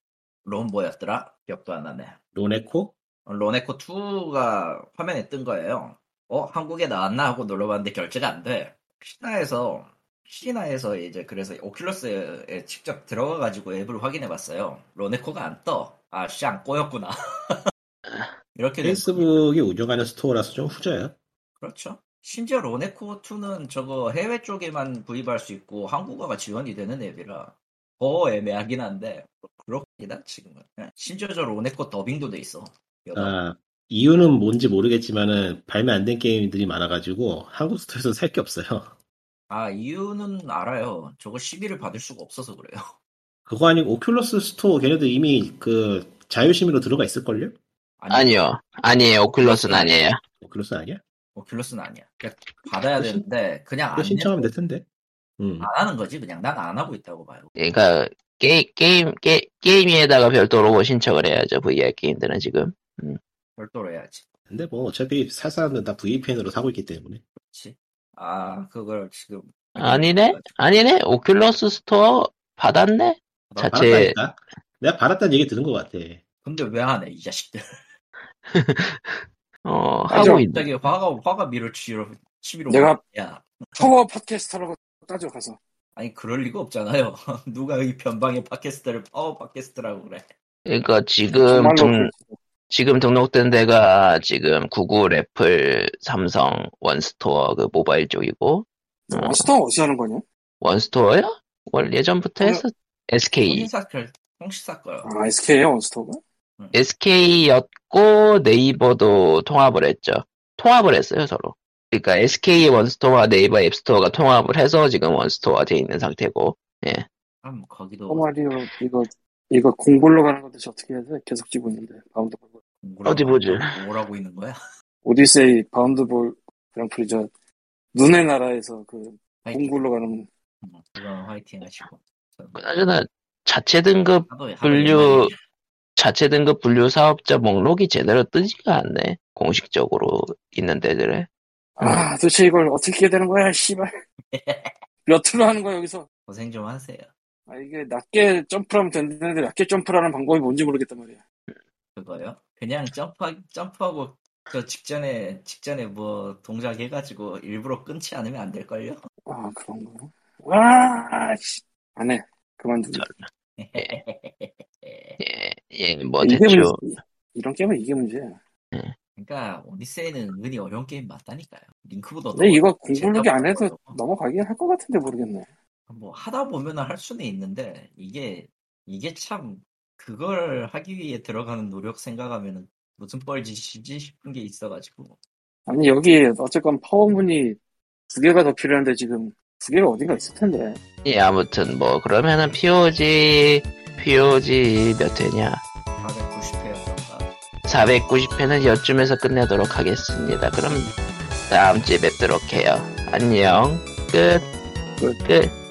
론 뭐였더라? 기억도 안 나네. 로네코? 론에코 2가 화면에 뜬 거예요. 어, 한국에 나왔나 하고 눌러봤는데 결제가 안 돼. 시나에서, 시나에서 이제 그래서 오큘러스에 직접 들어가가지고 앱을 확인해봤어요. 론에코가 안 떠. 아, 씨, 안 꼬였구나. [LAUGHS] 이렇게 된 거예요. 페이스북이 운영하는 스토어라서 좀 후져요. 그렇죠. 심지어 로네코 2는 저거 해외 쪽에만 구입할 수 있고 한국어가 지원이 되는 앱이라 더 애매하긴 한데 그렇긴 하 지금은. 예. 심지어 저 로네코 더빙도 돼 있어. 여러 아, 이유는 뭔지 모르겠지만은 발매 안 된 게임들이 많아가지고 한국 스토어에서 살 게 없어요. 아, 이유는 알아요. 저거 시비를 받을 수가 없어서 그래요. [LAUGHS] 그거 아니고 오큘러스 스토어 걔네들 이미 그 자유심의로 들어가 있을걸요? 아니요 아니에요 오큘러스는 아니에요 오큘러스 아니야? 오큘러스는 뭐 아니야. 그냥 받아야 그 신- 되는데, 그냥 그 안, 내- 신청하면 될 텐데. 음. 안 하는 거지. 그냥 난 안 하고 있다고 봐요. 그러니까 게, 게임 게, 게임에다가 별도로 신청을 해야죠 VR 게임들은 지금 별도로 해야지. 근데 뭐 어차피 살 사람들은 다 VPN으로 사고 있기 때문에. 그렇지. 아, 그걸 지금. 아니네? 아니네? 오큘러스 스토어 받았네? 나 자체- 받았다니까? 내가 받았다는 얘기 들은 것 같아. 아, 근데 왜 안 해, 이 자식들. 어, 아니, 하고 있네. 갑자기 화가, 화가 미를 치러, 치비로. 내가- 야, 파워 팟캐스터라고 따져 가서 아니 그럴 리가 없잖아요. [LAUGHS] 누가 여기 변방에 팟캐스트를 어 팟캐스트라고 그래. 그러니까 지금 등, 그 지금 등록된 데가 지금 구글, 애플, 삼성, 원스토어 그 모바일 쪽이고 그 스타 어디서 하는 거냐? 원스토어요? 원 예전부터 어. 해서 SK 홍시사 걸 홍시사 거요. 아, SK에요, 원스토어가? SK였고 네이버도 통합을 했죠. 통합을 했어요 서로. 그러니까 SK 원스토어와 네이버 앱스토어가 통합을 해서 지금 원스토어가 돼 있는 상태고 참 거기도 어, 꼬마리요, 이거, 이거 공볼로 가는 건데 어떻게 해야 돼? 계속 쥐고 있는데, 바운드볼. 뭐라고- 어디 보지? 뭐라고 있는 거야? [LAUGHS] 오디세이 바운드볼 그랑프리 저, 눈의 나라에서 그, 화이팅. 공볼로 가는, 음, 그건 화이팅 하시고. 그나저나 자체 등급 하도 하도 분류 옛날이네. 자체 등급 분류 사업자 목록이 제대로 뜨지가 않네. 공식적으로 있는 데들에. 아, 도대체 이걸 어떻게 해야 되는 거야, 씨발. 몇 투로 하는 거야, 여기서. 고생 좀 하세요. 아, 이게 낮게 점프하면 되는데, 낮게 점프라는 방법이 뭔지 모르겠단 말이야. 그거요? 그냥 점프 점프하고 그 직전에 직전에 뭐 동작 해가지고 일부러 끊지 않으면 안 될 걸요. 아, 그런 거야. 와, 씨. 안 해. 그만두자. 예, 예, 뭐 이게 대충 문제, 이런 게임은 이게 문제야. 그러니까 오디세이는 은근히 어려운 게임 맞다니까요. 링크보다 근데 어려워. 이거 공부력이 안 해도 어려워. 넘어가긴 할 것 같은데 모르겠네. 뭐 하다 보면은 할 수는 있는데 이게 이게 참 그걸 하기 위해 들어가는 노력 생각하면은 무슨 뻘짓이지 싶은 게 있어가지고 아니 여기 어쨌건 파워문이 두 개가 더 필요한데 지금 두 개가 어딘가 있을 텐데. 예 아무튼 뭐 그러면은 POG POG 몇 회냐? 490회였던가 490회는 여쯤에서 끝내도록 하겠습니다. 네. 그럼 다음 주에 뵙도록 해요. 안녕. 끝. 끝.